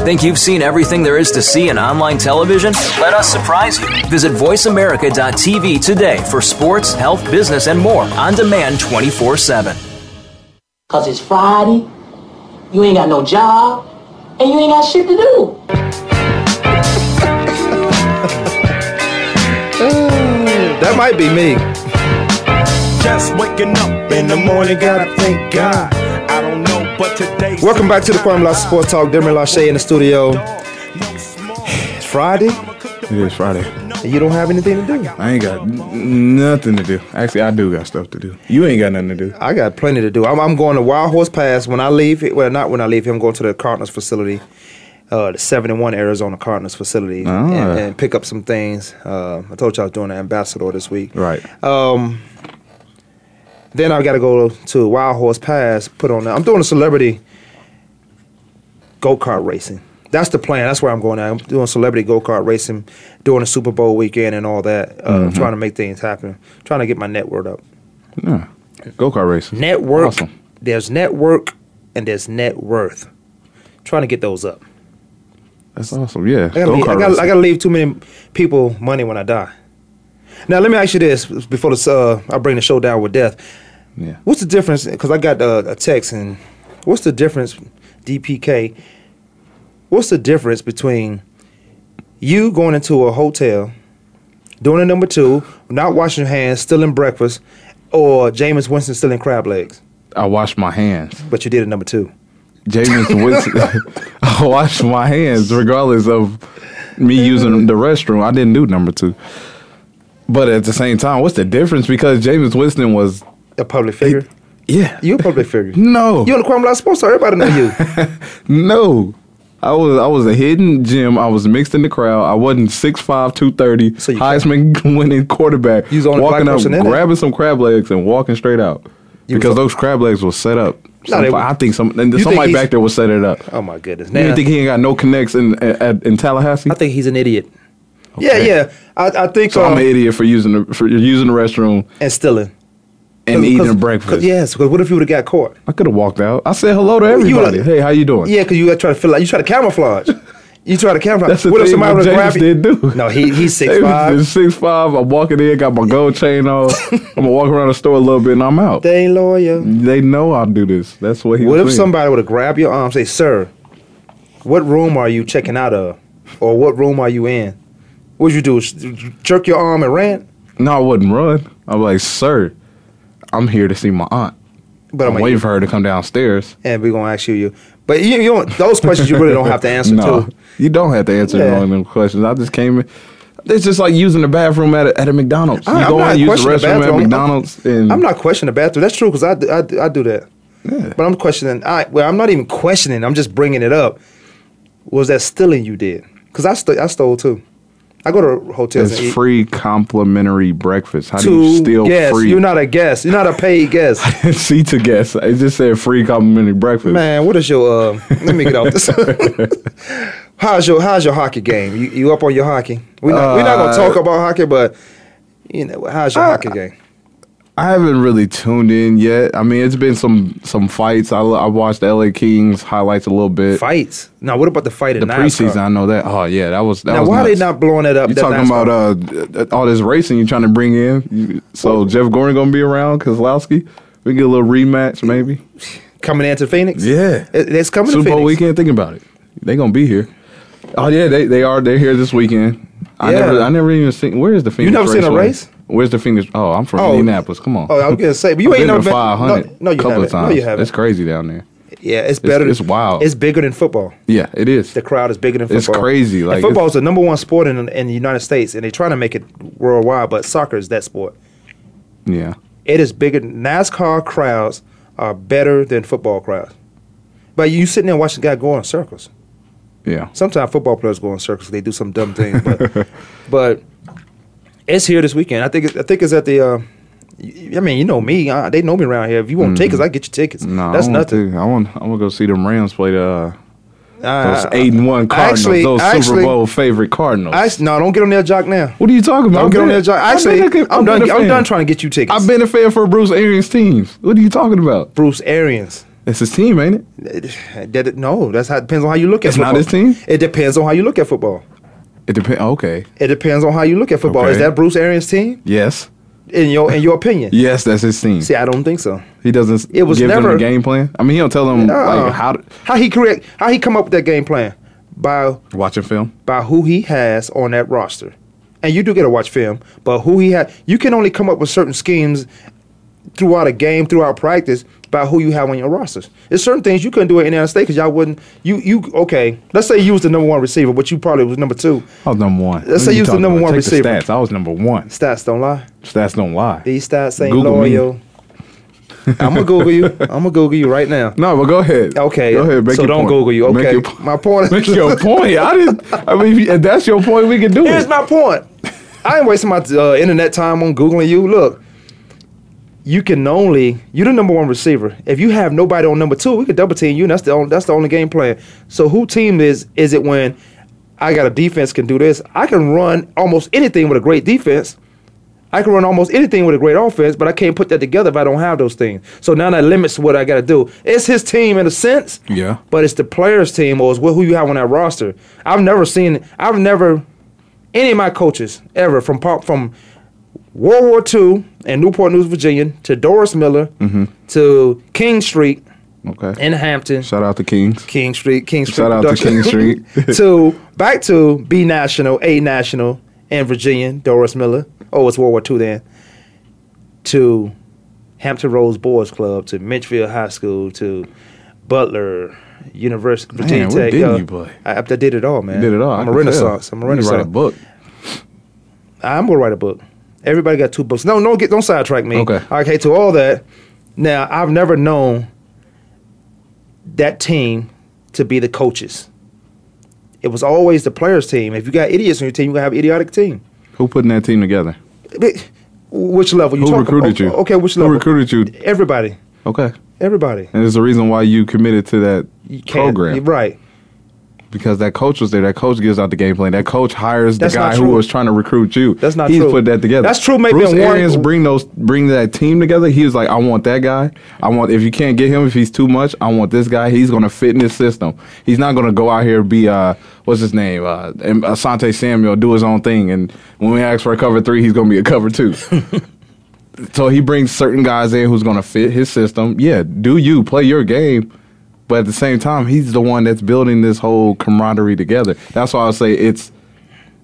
[SPEAKER 6] Think you've seen everything there is to see in online television? Let us surprise you. Visit VoiceAmerica.tv today for sports, health, business, and more on demand 24 7.
[SPEAKER 7] Cause it's Friday, you ain't got no job, and you ain't got shit to do.
[SPEAKER 3] That might be me.
[SPEAKER 8] Just waking up in the morning, gotta thank God. I don't know, but today.
[SPEAKER 3] Welcome back to the Kwame Lashe Sports Talk. Demar Lachey in the studio. It's Friday,
[SPEAKER 4] It is Friday.
[SPEAKER 3] and you don't have anything to do.
[SPEAKER 4] I ain't got n- nothing to do. Actually, I do got stuff to do. You ain't got nothing to do.
[SPEAKER 3] I got plenty to do. I'm, I'm going to Wild Horse Pass when I leave. Well, not when I leave. I'm going to the Cardinals facility, uh, the 71 Arizona Cardinals facility,
[SPEAKER 4] Ah.
[SPEAKER 3] and, and pick up some things. Uh, I told you I was doing the ambassador this week.
[SPEAKER 4] Right.
[SPEAKER 3] Um, then I got to go to Wild Horse Pass. Put on. I'm doing a celebrity go kart racing. That's the plan. That's where I'm going. At. I'm doing celebrity go kart racing during the Super Bowl weekend and all that. Uh, Trying to make things happen. Trying to get my network up.
[SPEAKER 4] No. Go kart racing.
[SPEAKER 3] Network.
[SPEAKER 4] Awesome.
[SPEAKER 3] There's network and there's net worth. Trying to get those up.
[SPEAKER 4] That's awesome. Yeah.
[SPEAKER 3] I gotta,
[SPEAKER 4] Go
[SPEAKER 3] leave, I,
[SPEAKER 4] kart
[SPEAKER 3] gotta,
[SPEAKER 4] racing.
[SPEAKER 3] I gotta leave too many people money when I die. Now let me ask you this before this, uh, I bring the show down with death.
[SPEAKER 4] Yeah.
[SPEAKER 3] What's the difference? Because I got uh, a text and what's the difference, DPK? What's the difference between you going into a hotel, doing a number two, not washing your hands, stealing breakfast, or Jameis Winston stealing crab legs,
[SPEAKER 4] I wash my hands.
[SPEAKER 3] but you did a number two?
[SPEAKER 4] Jameis Winston. I wash my hands regardless of me using the restroom. I didn't do number two. But at the same time, what's the difference? Because Jameis Winston was,
[SPEAKER 3] A public figure.
[SPEAKER 4] yeah,
[SPEAKER 3] You a public figure.
[SPEAKER 4] no,
[SPEAKER 3] You on the Kwame Lashe Sports Talk. Everybody know you.
[SPEAKER 4] no. I was I was a hidden gem. I was mixed in the crowd. I wasn't 6'5", 230,
[SPEAKER 3] So you-
[SPEAKER 4] Heisman winning quarterback.
[SPEAKER 3] You was the only
[SPEAKER 4] walking
[SPEAKER 3] black
[SPEAKER 4] up,
[SPEAKER 3] person in it?
[SPEAKER 4] grabbing some crab legs and walking straight out
[SPEAKER 3] You was
[SPEAKER 4] because
[SPEAKER 3] the-
[SPEAKER 4] those crab legs were set up.
[SPEAKER 3] No, they
[SPEAKER 4] Some-
[SPEAKER 3] were-
[SPEAKER 4] I think some and
[SPEAKER 3] You think
[SPEAKER 4] somebody
[SPEAKER 3] he's-
[SPEAKER 4] back there was set it up.
[SPEAKER 3] Oh my goodness.
[SPEAKER 4] you
[SPEAKER 3] Now,
[SPEAKER 4] didn't think he ain't got no connects in in, in Tallahassee?
[SPEAKER 3] I think he's an idiot. Yeah,
[SPEAKER 4] Okay.
[SPEAKER 3] yeah. I, I think
[SPEAKER 4] So I'm
[SPEAKER 3] um,
[SPEAKER 4] an idiot for using the for using the restroom
[SPEAKER 3] and stealing
[SPEAKER 4] and
[SPEAKER 3] 'Cause-
[SPEAKER 4] eating
[SPEAKER 3] 'cause-
[SPEAKER 4] breakfast.
[SPEAKER 3] 'cause- yes, because what if you would have got caught?
[SPEAKER 4] I could have walked out. I said hello to
[SPEAKER 3] you
[SPEAKER 4] everybody.
[SPEAKER 3] like-
[SPEAKER 4] hey, how you doing?
[SPEAKER 3] Yeah, because you got to try to fill out. You try to camouflage. You try to camouflage.
[SPEAKER 4] That's the
[SPEAKER 3] what
[SPEAKER 4] thing.
[SPEAKER 3] if somebody
[SPEAKER 4] what
[SPEAKER 3] would
[SPEAKER 4] James
[SPEAKER 3] grab you?
[SPEAKER 4] did do.
[SPEAKER 3] No, he he's six five.
[SPEAKER 4] Six five. I'm walking in, got my gold chain on. I'm gonna walk around the store a little bit, and I'm out. They,
[SPEAKER 3] Dang lawyer.
[SPEAKER 4] know I'll do this. That's what he.
[SPEAKER 3] What if
[SPEAKER 4] was saying.
[SPEAKER 3] somebody would have grabbed your arm? Say, sir, what room are you checking out of, or what room are you in? What'd you do? Sh- Jerk your arm and ran?
[SPEAKER 4] No, I wouldn't run. I'm like, sir, I'm here to see my aunt.
[SPEAKER 3] But
[SPEAKER 4] I'm
[SPEAKER 3] like,
[SPEAKER 4] waiting for her to come downstairs.
[SPEAKER 3] and we're gonna ask you you. But you, you don't, those questions you really don't have to answer
[SPEAKER 4] No,
[SPEAKER 3] to.
[SPEAKER 4] you don't have to answer
[SPEAKER 3] Yeah.
[SPEAKER 4] all of them questions. I just came in. It's just like using the bathroom at a, at a McDonald's.
[SPEAKER 3] I-
[SPEAKER 4] you
[SPEAKER 3] I'm
[SPEAKER 4] go
[SPEAKER 3] not
[SPEAKER 4] in, use the
[SPEAKER 3] questioning the
[SPEAKER 4] restroom at
[SPEAKER 3] bathroom. I'm-
[SPEAKER 4] McDonald's, and
[SPEAKER 3] I'm not questioning the bathroom. That's true because I, do- I, do- I do that. But I'm questioning. I well, I'm not even questioning. I'm just bringing it up. Was that stealing you did? Because I st- I stole too. I go to hotels
[SPEAKER 4] It's
[SPEAKER 3] and eat.
[SPEAKER 4] free complimentary breakfast. How do you
[SPEAKER 3] Two
[SPEAKER 4] steal
[SPEAKER 3] guests.
[SPEAKER 4] free?
[SPEAKER 3] You're not a guest. You're not a paid guest.
[SPEAKER 4] see to guess. It just said free complimentary breakfast.
[SPEAKER 3] Man, what is your? Uh, let me get off this. how's your How's your hockey game? You, you up on your hockey? We're not, we're not
[SPEAKER 4] Uh,
[SPEAKER 3] gonna talk about hockey, but you know how's your hockey game?
[SPEAKER 4] I haven't really tuned in yet. I mean, it's been some some fights. I, I watched the LA Kings highlights a little bit.
[SPEAKER 3] Fights. Now, what about the fight in
[SPEAKER 4] the
[SPEAKER 3] NASCAR?
[SPEAKER 4] preseason, I know that. Oh yeah, that was that
[SPEAKER 3] Now,
[SPEAKER 4] was
[SPEAKER 3] why are they
[SPEAKER 4] nuts.
[SPEAKER 3] not blowing it up?
[SPEAKER 4] You
[SPEAKER 3] that
[SPEAKER 4] talking
[SPEAKER 3] NASCAR?
[SPEAKER 4] about uh, all this racing you trying to bring in? You, so Jeff Gordon gonna be around? Kozlowski? We get a little rematch maybe.
[SPEAKER 3] coming into Phoenix?
[SPEAKER 4] Yeah.
[SPEAKER 3] It- it's coming
[SPEAKER 4] Super
[SPEAKER 3] to
[SPEAKER 4] Bowl
[SPEAKER 3] Phoenix.
[SPEAKER 4] weekend. Think about it. They gonna be here. Oh yeah, they they are. They're here this weekend. I
[SPEAKER 3] Yeah.
[SPEAKER 4] never I never even seen. Where is the Phoenix?
[SPEAKER 3] never seen a
[SPEAKER 4] Raceway?
[SPEAKER 3] race?
[SPEAKER 4] Where's the Phoenix? Oh, I'm from
[SPEAKER 3] Oh.
[SPEAKER 4] Indianapolis. Come on.
[SPEAKER 3] Oh, I was gonna say, but you
[SPEAKER 4] I've
[SPEAKER 3] ain't
[SPEAKER 4] been
[SPEAKER 3] never
[SPEAKER 4] to
[SPEAKER 3] been-
[SPEAKER 4] 500.
[SPEAKER 3] no- no, you
[SPEAKER 4] couple
[SPEAKER 3] haven't.
[SPEAKER 4] Of times.
[SPEAKER 3] No, you haven't.
[SPEAKER 4] It's crazy down there.
[SPEAKER 3] Yeah, it's better.
[SPEAKER 4] it's wild.
[SPEAKER 3] It's bigger than football.
[SPEAKER 4] Yeah, it is.
[SPEAKER 3] The crowd is bigger than
[SPEAKER 4] It's
[SPEAKER 3] football.
[SPEAKER 4] crazy, like,
[SPEAKER 3] and
[SPEAKER 4] it's-
[SPEAKER 3] football is the number one sport in, in the United States, and they're trying to make it worldwide. But soccer is that sport.
[SPEAKER 4] yeah.
[SPEAKER 3] It is bigger. NASCAR crowds are better than football crowds. But you sitting there watching the guy go in circles.
[SPEAKER 4] Yeah.
[SPEAKER 3] Sometimes football players go in circles. They do some dumb thing, but but it's here this weekend. I think it, I think it's at the. Uh, y- I mean, you know me. I, they know me around here. If you want tickets, I get you tickets.
[SPEAKER 4] No,
[SPEAKER 3] that's
[SPEAKER 4] Mm-hmm. I want
[SPEAKER 3] nothing.
[SPEAKER 4] To, I want. I'm gonna go see them Rams play the uh, those
[SPEAKER 3] I- I-
[SPEAKER 4] eight and one
[SPEAKER 3] I
[SPEAKER 4] Cardinals.
[SPEAKER 3] actually-
[SPEAKER 4] those
[SPEAKER 3] I
[SPEAKER 4] Super
[SPEAKER 3] actually-
[SPEAKER 4] Bowl favorite Cardinals.
[SPEAKER 3] I, no, don't get on their jock now.
[SPEAKER 4] what are you talking
[SPEAKER 3] Don't
[SPEAKER 4] about?
[SPEAKER 3] get on
[SPEAKER 4] I've
[SPEAKER 3] their
[SPEAKER 4] been-
[SPEAKER 3] jock.
[SPEAKER 4] I've been
[SPEAKER 3] Actually,
[SPEAKER 4] a-
[SPEAKER 3] I'm
[SPEAKER 4] I've been
[SPEAKER 3] done.
[SPEAKER 4] a
[SPEAKER 3] I'm
[SPEAKER 4] fan.
[SPEAKER 3] done trying to get you tickets.
[SPEAKER 4] I've been a fan for Bruce Arians teams. What are you talking about?
[SPEAKER 3] Bruce Arians.
[SPEAKER 4] It's his team, ain't it?
[SPEAKER 3] That, no, that's how it depends on how you look at
[SPEAKER 4] It's not
[SPEAKER 3] football.
[SPEAKER 4] his team?
[SPEAKER 3] It depends on how you look at football.
[SPEAKER 4] It depends. Okay.
[SPEAKER 3] It depends on how you look at football. Is
[SPEAKER 4] Okay.
[SPEAKER 3] that Bruce Arians' team
[SPEAKER 4] Yes.
[SPEAKER 3] in your in your opinion?
[SPEAKER 4] Yes, that's his team.
[SPEAKER 3] See, I don't think so.
[SPEAKER 4] he doesn't
[SPEAKER 3] it was
[SPEAKER 4] give them
[SPEAKER 3] never-
[SPEAKER 4] a game plan. I mean, he don't tell them
[SPEAKER 3] Uh-uh.
[SPEAKER 4] like how to,
[SPEAKER 3] how he create how he come up with that game plan by
[SPEAKER 4] watching film.
[SPEAKER 3] by who he has on that roster, and you do get to watch film. But who he had, you can only come up with certain schemes throughout a game, throughout practice, by who you have on your rosters. There's certain things you couldn't do in Indiana State because y'all wouldn't. You you okay? Let's say you was the number one receiver, but you probably was number two.
[SPEAKER 4] I was number one.
[SPEAKER 3] Let's say you was the
[SPEAKER 4] talking
[SPEAKER 3] number
[SPEAKER 4] about?
[SPEAKER 3] one
[SPEAKER 4] Check the
[SPEAKER 3] receiver.
[SPEAKER 4] stats. I was number one.
[SPEAKER 3] Stats don't lie.
[SPEAKER 4] Stats don't lie.
[SPEAKER 3] These stats ain't
[SPEAKER 4] Google me.
[SPEAKER 3] loyal. I'm gonna Google you. I'm gonna Google you right now.
[SPEAKER 4] No, but go ahead.
[SPEAKER 3] Okay,
[SPEAKER 4] Go ahead. Make
[SPEAKER 3] so
[SPEAKER 4] your
[SPEAKER 3] don't
[SPEAKER 4] point.
[SPEAKER 3] Google you,
[SPEAKER 4] Make
[SPEAKER 3] okay.
[SPEAKER 4] your po-
[SPEAKER 3] My point is-
[SPEAKER 4] Make your point. I didn't. I mean, if you- if that's your point, we can do
[SPEAKER 3] Here's
[SPEAKER 4] it.
[SPEAKER 3] my point. I ain't wasting my uh, internet time on googling you. Look, you can only you're the number one receiver. If you have nobody on number two, we could double team you. And that's the only, that's the only game plan. So who team is is it when I got a defense can do this? I can run almost anything with a great defense. I can run almost anything with a great offense, but I can't put that together if I don't have those things. So now that limits what I got to do. It's his team in a sense,
[SPEAKER 4] Yeah.
[SPEAKER 3] But it's the players' team or it's who you have on that roster. I've never seen. I've never any of my coaches ever from Pop- from World War II in Newport News, Virginia, to Doris Miller,
[SPEAKER 4] Mm-hmm.
[SPEAKER 3] to King Street
[SPEAKER 4] okay.
[SPEAKER 3] in Hampton,
[SPEAKER 4] Shout out to Kings.
[SPEAKER 3] King Street, King Street.
[SPEAKER 4] Shout out to
[SPEAKER 3] Productions,
[SPEAKER 4] King Street.
[SPEAKER 3] to back to B National, A National in Virginia, Doris Miller. Oh, it's World War II then. To Hampton Roads Boys Club, to Mitchfield High School, to Butler University, Virginia
[SPEAKER 4] where
[SPEAKER 3] Tech.
[SPEAKER 4] didn't you play?
[SPEAKER 3] I, I did it all, man.
[SPEAKER 4] You did it all.
[SPEAKER 3] I'm
[SPEAKER 4] I
[SPEAKER 3] a
[SPEAKER 4] can tell.
[SPEAKER 3] renaissance. I'm a
[SPEAKER 4] You need to
[SPEAKER 3] renaissance.
[SPEAKER 4] Write a book.
[SPEAKER 3] I'm gonna write a book. Everybody got two books. No, no, get don't sidetrack me.
[SPEAKER 4] Okay.
[SPEAKER 3] Okay. To all that. Now I've never known that team to be the coaches. It was always the players' team. If you got idiots on your team, you are gonna have an idiotic team.
[SPEAKER 4] Who putting that team together?
[SPEAKER 3] But Which level you
[SPEAKER 4] Who
[SPEAKER 3] talking?
[SPEAKER 4] recruited
[SPEAKER 3] oh,
[SPEAKER 4] you?
[SPEAKER 3] Okay, which
[SPEAKER 4] Who
[SPEAKER 3] level?
[SPEAKER 4] recruited you?
[SPEAKER 3] Everybody.
[SPEAKER 4] Okay.
[SPEAKER 3] Everybody.
[SPEAKER 4] And there's a reason why you committed to that
[SPEAKER 3] You can't-
[SPEAKER 4] program
[SPEAKER 3] Right.
[SPEAKER 4] because that coach was there. That coach gives out the game plan. That coach hires
[SPEAKER 3] That's
[SPEAKER 4] the
[SPEAKER 3] not
[SPEAKER 4] guy who
[SPEAKER 3] true.
[SPEAKER 4] was trying to recruit you.
[SPEAKER 3] That's not
[SPEAKER 4] He's
[SPEAKER 3] true.
[SPEAKER 4] put that together.
[SPEAKER 3] That's true, maybe
[SPEAKER 4] Bruce
[SPEAKER 3] in one-
[SPEAKER 4] Arians bring those bring that team together. He was like, I want that guy. I want if you can't get him, if he's too much, I want this guy. He's gonna fit in his system. He's not gonna go out here and be uh what's his name uh and Asante Samuel do his own thing. And when we ask for a cover three, he's gonna be a cover two. so he brings certain guys in who's gonna fit his system. Yeah, do you play your game? But at the same time, he's the one that's building this whole camaraderie together. That's why I say it's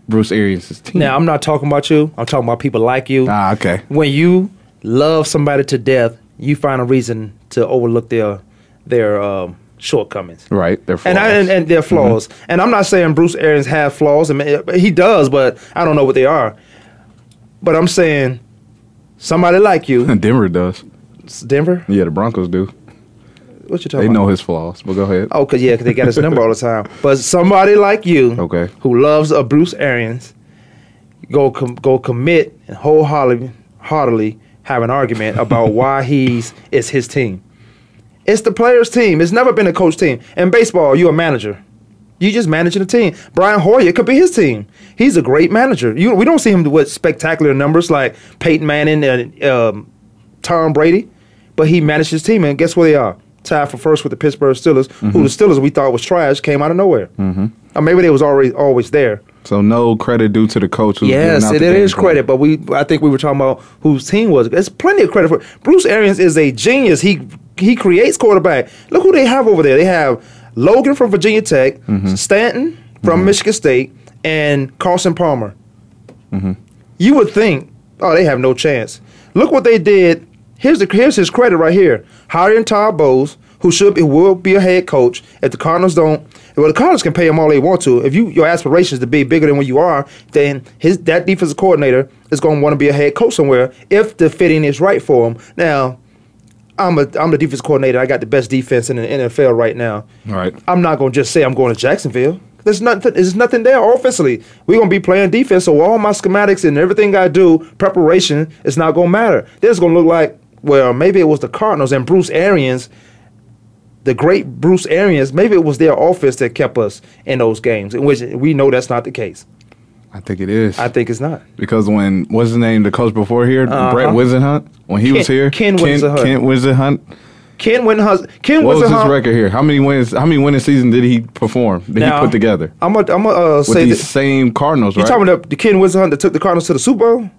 [SPEAKER 4] Bruce Arians' team.
[SPEAKER 3] Now I'm not talking about you. I'm talking about people like you.
[SPEAKER 4] ah, okay.
[SPEAKER 3] when you love somebody to death, you find a reason to overlook their their um, shortcomings.
[SPEAKER 4] Right, Mm-hmm. their
[SPEAKER 3] And, I,
[SPEAKER 4] flaws.
[SPEAKER 3] and and their flaws. And I'm not saying Bruce Arians has flaws. I mean, he does, but I don't know what they are. But I'm saying somebody like you,
[SPEAKER 4] Denver does.
[SPEAKER 3] Denver.
[SPEAKER 4] Yeah, the Broncos do.
[SPEAKER 3] What you talking
[SPEAKER 4] They
[SPEAKER 3] about?
[SPEAKER 4] know his flaws, but go ahead.
[SPEAKER 3] Oh, cause yeah, 'cause they got his number all the time. But somebody like you,
[SPEAKER 4] Okay.
[SPEAKER 3] who loves a Bruce Arians, go com- go commit and wholeheartedly heartedly have an argument about why he's it's his team. It's the players' team. It's never been a coach team. In baseball, you're a manager. You just managing a team. Brian Hoyer could be his team. He's a great manager. You, we don't see him with spectacular numbers like Peyton Manning and um, Tom Brady, but he managed his team. And guess where they are? Tied for first with the Pittsburgh Steelers, who the Steelers we thought was trash came out of nowhere. Mm-hmm. Or maybe they was already always there.
[SPEAKER 4] So no credit due to the coach. Who's giving
[SPEAKER 3] Yes,
[SPEAKER 4] out
[SPEAKER 3] it
[SPEAKER 4] the
[SPEAKER 3] it
[SPEAKER 4] game
[SPEAKER 3] is
[SPEAKER 4] plan.
[SPEAKER 3] credit, but we I think we were talking about whose team was. it. There's plenty of credit for Bruce Arians is a genius. He he creates quarterback. Look who they have over there. They have Logan from Virginia Tech, Stanton from Michigan State and Carson Palmer. You would think, oh, they have no chance. Look what they did. Here's the here's his credit right here. Hiring Todd Bowles, who should be will be a head coach if the Cardinals don't. Well, the Cardinals can pay him all they want to. If you your aspirations to be bigger than what you are, then his that defensive coordinator is going to want to be a head coach somewhere if the fitting is right for him. Now, I'm a I'm the defense coordinator. I got the best defense in the NFL right now.
[SPEAKER 4] Right.
[SPEAKER 3] I'm not gonna just say I'm going to Jacksonville. There's nothing. There's nothing there offensively. We're gonna be playing defense, so all my schematics and everything I do, preparation, is not gonna matter. This is gonna look like well, maybe it was the Cardinals and Bruce Arians, the great Bruce Arians. Maybe it was their offense that kept us in those games, in which we know that's not the case.
[SPEAKER 4] I think it is.
[SPEAKER 3] I think it's not.
[SPEAKER 4] because when what's his name, the coach before here, Brett Wizenhunt, when he was
[SPEAKER 3] Uh-huh. Ken- Ken
[SPEAKER 4] here,
[SPEAKER 3] Wisenhunt.
[SPEAKER 4] Ken Wisenhunt.
[SPEAKER 3] Ken Wisenhunt. Ken
[SPEAKER 4] What was his
[SPEAKER 3] Wisenhunt-
[SPEAKER 4] record here? How many wins? How many winning season did he perform? Did
[SPEAKER 3] Now,
[SPEAKER 4] he put together
[SPEAKER 3] I'm gonna I'm gonna uh,
[SPEAKER 4] with
[SPEAKER 3] say
[SPEAKER 4] these
[SPEAKER 3] that.
[SPEAKER 4] same Cardinals?
[SPEAKER 3] You
[SPEAKER 4] right?
[SPEAKER 3] talking about the Ken Wisenhunt that took the Cardinals to the Super Bowl?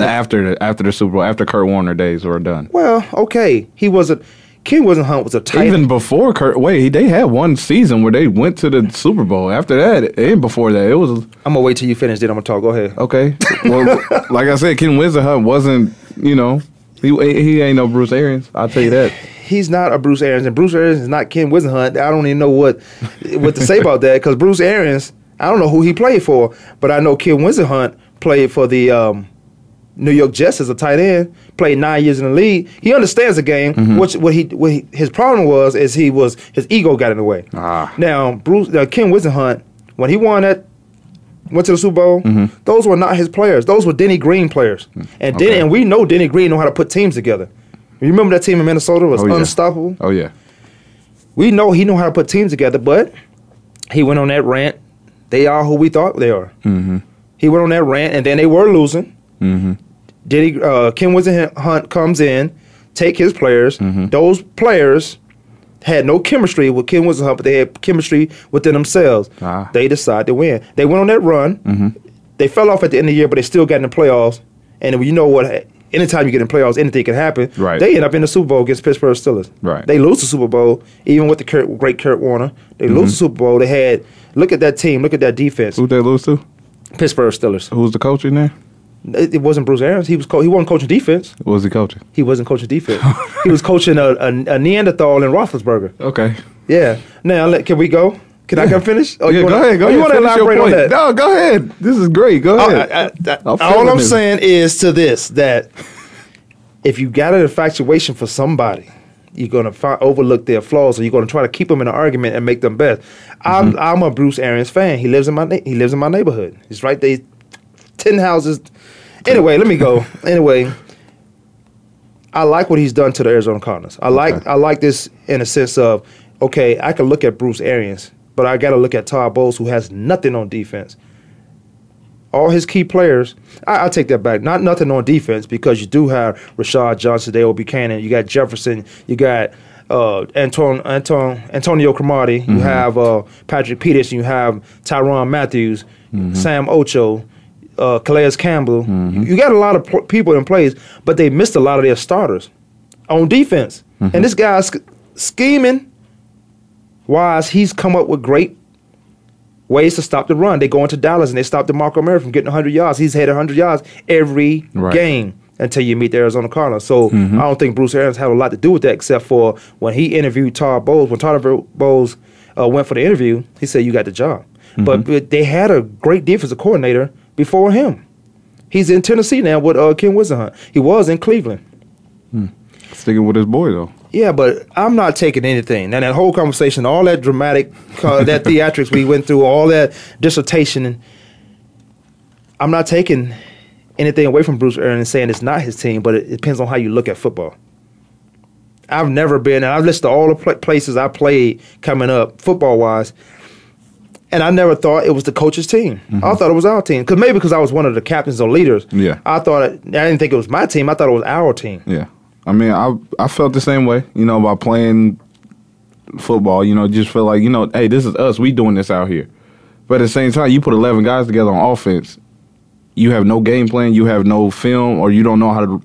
[SPEAKER 4] after the after the Super Bowl, after Kurt Warner days were done.
[SPEAKER 3] Well, okay, he wasn't. Ken Wisenhunt was a tight.
[SPEAKER 4] Even before Kurt, wait, they had one season where they went to the Super Bowl. After that, and before that, it was
[SPEAKER 3] I'm gonna wait till you finish. Then I'm gonna talk. Go ahead.
[SPEAKER 4] okay. Well, like I said, Ken Wisenhunt wasn't, you know, he he ain't no Bruce Arians. I'll tell you that.
[SPEAKER 3] He's not a Bruce Arians, and Bruce Arians is not Ken Wisenhunt. I don't even know what what to say about that because Bruce Arians. I don't know who he played for, but I know Ken Wisenhunt played for the um, New York Jets as a tight end. Played nine years in the league. He understands the game.
[SPEAKER 4] Mm-hmm.
[SPEAKER 3] Which what he what he, his problem was is he was his ego got in the way.
[SPEAKER 4] Ah.
[SPEAKER 3] Now Bruce uh, Ken Wisenhunt when he won that went to the Super Bowl.
[SPEAKER 4] Mm-hmm.
[SPEAKER 3] Those were not his players. Those were Denny Green players. And Denny,
[SPEAKER 4] Mm. Okay.
[SPEAKER 3] and we know Denny Green know how to put teams together. You remember that team in Minnesota was
[SPEAKER 4] Oh, yeah.
[SPEAKER 3] unstoppable.
[SPEAKER 4] Oh yeah,
[SPEAKER 3] We know he know how to put teams together, but he went on that rant. They are who we thought they are. Mm-hmm. He went on that rant, and then they were losing. Mm-hmm. Denny uh, Ken Wisenhunt comes in, take his players.
[SPEAKER 4] Mm-hmm.
[SPEAKER 3] Those players had no chemistry with Ken Wisenhunt, but they had chemistry within themselves.
[SPEAKER 4] Ah. Mm-hmm.
[SPEAKER 3] They decide to win. They went on that run. They fell off at the end of the year, but they still got in the playoffs. And you know what? Anytime you get in the playoffs, anything can happen.
[SPEAKER 4] Right.
[SPEAKER 3] They end up in the Super Bowl against Pittsburgh Steelers.
[SPEAKER 4] Right.
[SPEAKER 3] They lose the Super Bowl, even with the Kurt, great Kurt Warner. They lose the Super Bowl. They had look at that team, look at that defense.
[SPEAKER 4] Mm-hmm. who they lose to?
[SPEAKER 3] Pittsburgh Steelers.
[SPEAKER 4] Who's the coach in there?
[SPEAKER 3] It, it wasn't Bruce Arians. He was co- he wasn't coaching defense.
[SPEAKER 4] What was he coaching?
[SPEAKER 3] He wasn't coaching defense. he was coaching a, a, a Neanderthal in Roethlisberger.
[SPEAKER 4] Okay.
[SPEAKER 3] Yeah. Now let- can we go? Can I come finish? Oh,
[SPEAKER 4] yeah,
[SPEAKER 3] you wanna,
[SPEAKER 4] go ahead. Go
[SPEAKER 3] oh,
[SPEAKER 4] ahead.
[SPEAKER 3] You want to
[SPEAKER 4] finish your
[SPEAKER 3] elaborate on
[SPEAKER 4] point.
[SPEAKER 3] that? Oh,
[SPEAKER 4] No, go ahead. This is great. Go ahead.
[SPEAKER 3] I- I- I-
[SPEAKER 4] I'm
[SPEAKER 3] all
[SPEAKER 4] feeling
[SPEAKER 3] I'm
[SPEAKER 4] it.
[SPEAKER 3] saying is to this that if you got an infatuation for somebody, you're gonna fi- overlook their flaws, or you're gonna try to keep them in an argument and make them best. I'm
[SPEAKER 4] Mm-hmm.
[SPEAKER 3] I'm a Bruce Arians fan. He lives in my na- he lives in my neighborhood. He's right there, ten houses. Anyway, let me go. Anyway. I like what he's done to the Arizona Cardinals. I like I like this in a sense of okay, I can look at Bruce Arians, but I got to look at Todd Bowles, who has nothing on defense. All his key players, I, I take that back. Not nothing on defense because you do have Rashad Johnson, Dale Buchanan, you got Jefferson, you got uh, Anton, Anton, Antonio Cromartie, you have uh, Patrick Peterson, you have Tyron Matthews, Sam Ocho, uh, Calais Campbell. You got a lot of pl- people in place, but they missed a lot of their starters on defense. And this guy's sch- scheming wise, he's come up with great ways to stop the run. They go into Dallas and they stop DeMarco Murray from getting 100 yards. He's had 100 yards every
[SPEAKER 4] Right.
[SPEAKER 3] game until you meet the Arizona Cardinals. So I don't think Bruce Arians had a lot to do with that except for when he interviewed Todd Bowles. When Todd Bowles uh, went for the interview, he said, you got the job. But, but they had a great defensive coordinator before him. He's in Tennessee now with uh, Ken Wisenhunt. He was in Cleveland.
[SPEAKER 4] Sticking with his boy though.
[SPEAKER 3] Yeah, but I'm not taking anything. And that whole conversation, all that dramatic, uh, that theatrics we went through, all that dissertation, and I'm not taking anything away from Bruce Aaron and saying it's not his team, but it, it depends on how you look at football. I've never been, and I've listed all the pl- places I played coming up football wise, and I never thought it was the coach's team. I thought it was our team. Cause maybe because I was one of the captains or leaders.
[SPEAKER 4] Mm-hmm. Yeah.
[SPEAKER 3] I thought, it, I didn't think it was my team, I thought it was our team.
[SPEAKER 4] Yeah. I mean, I I felt the same way, you know, by playing football, you know, just feel like, you know, hey, this is us. We doing this out here. But at the same time, you put 11 guys together on offense. You have no game plan, you have no film or you don't know how to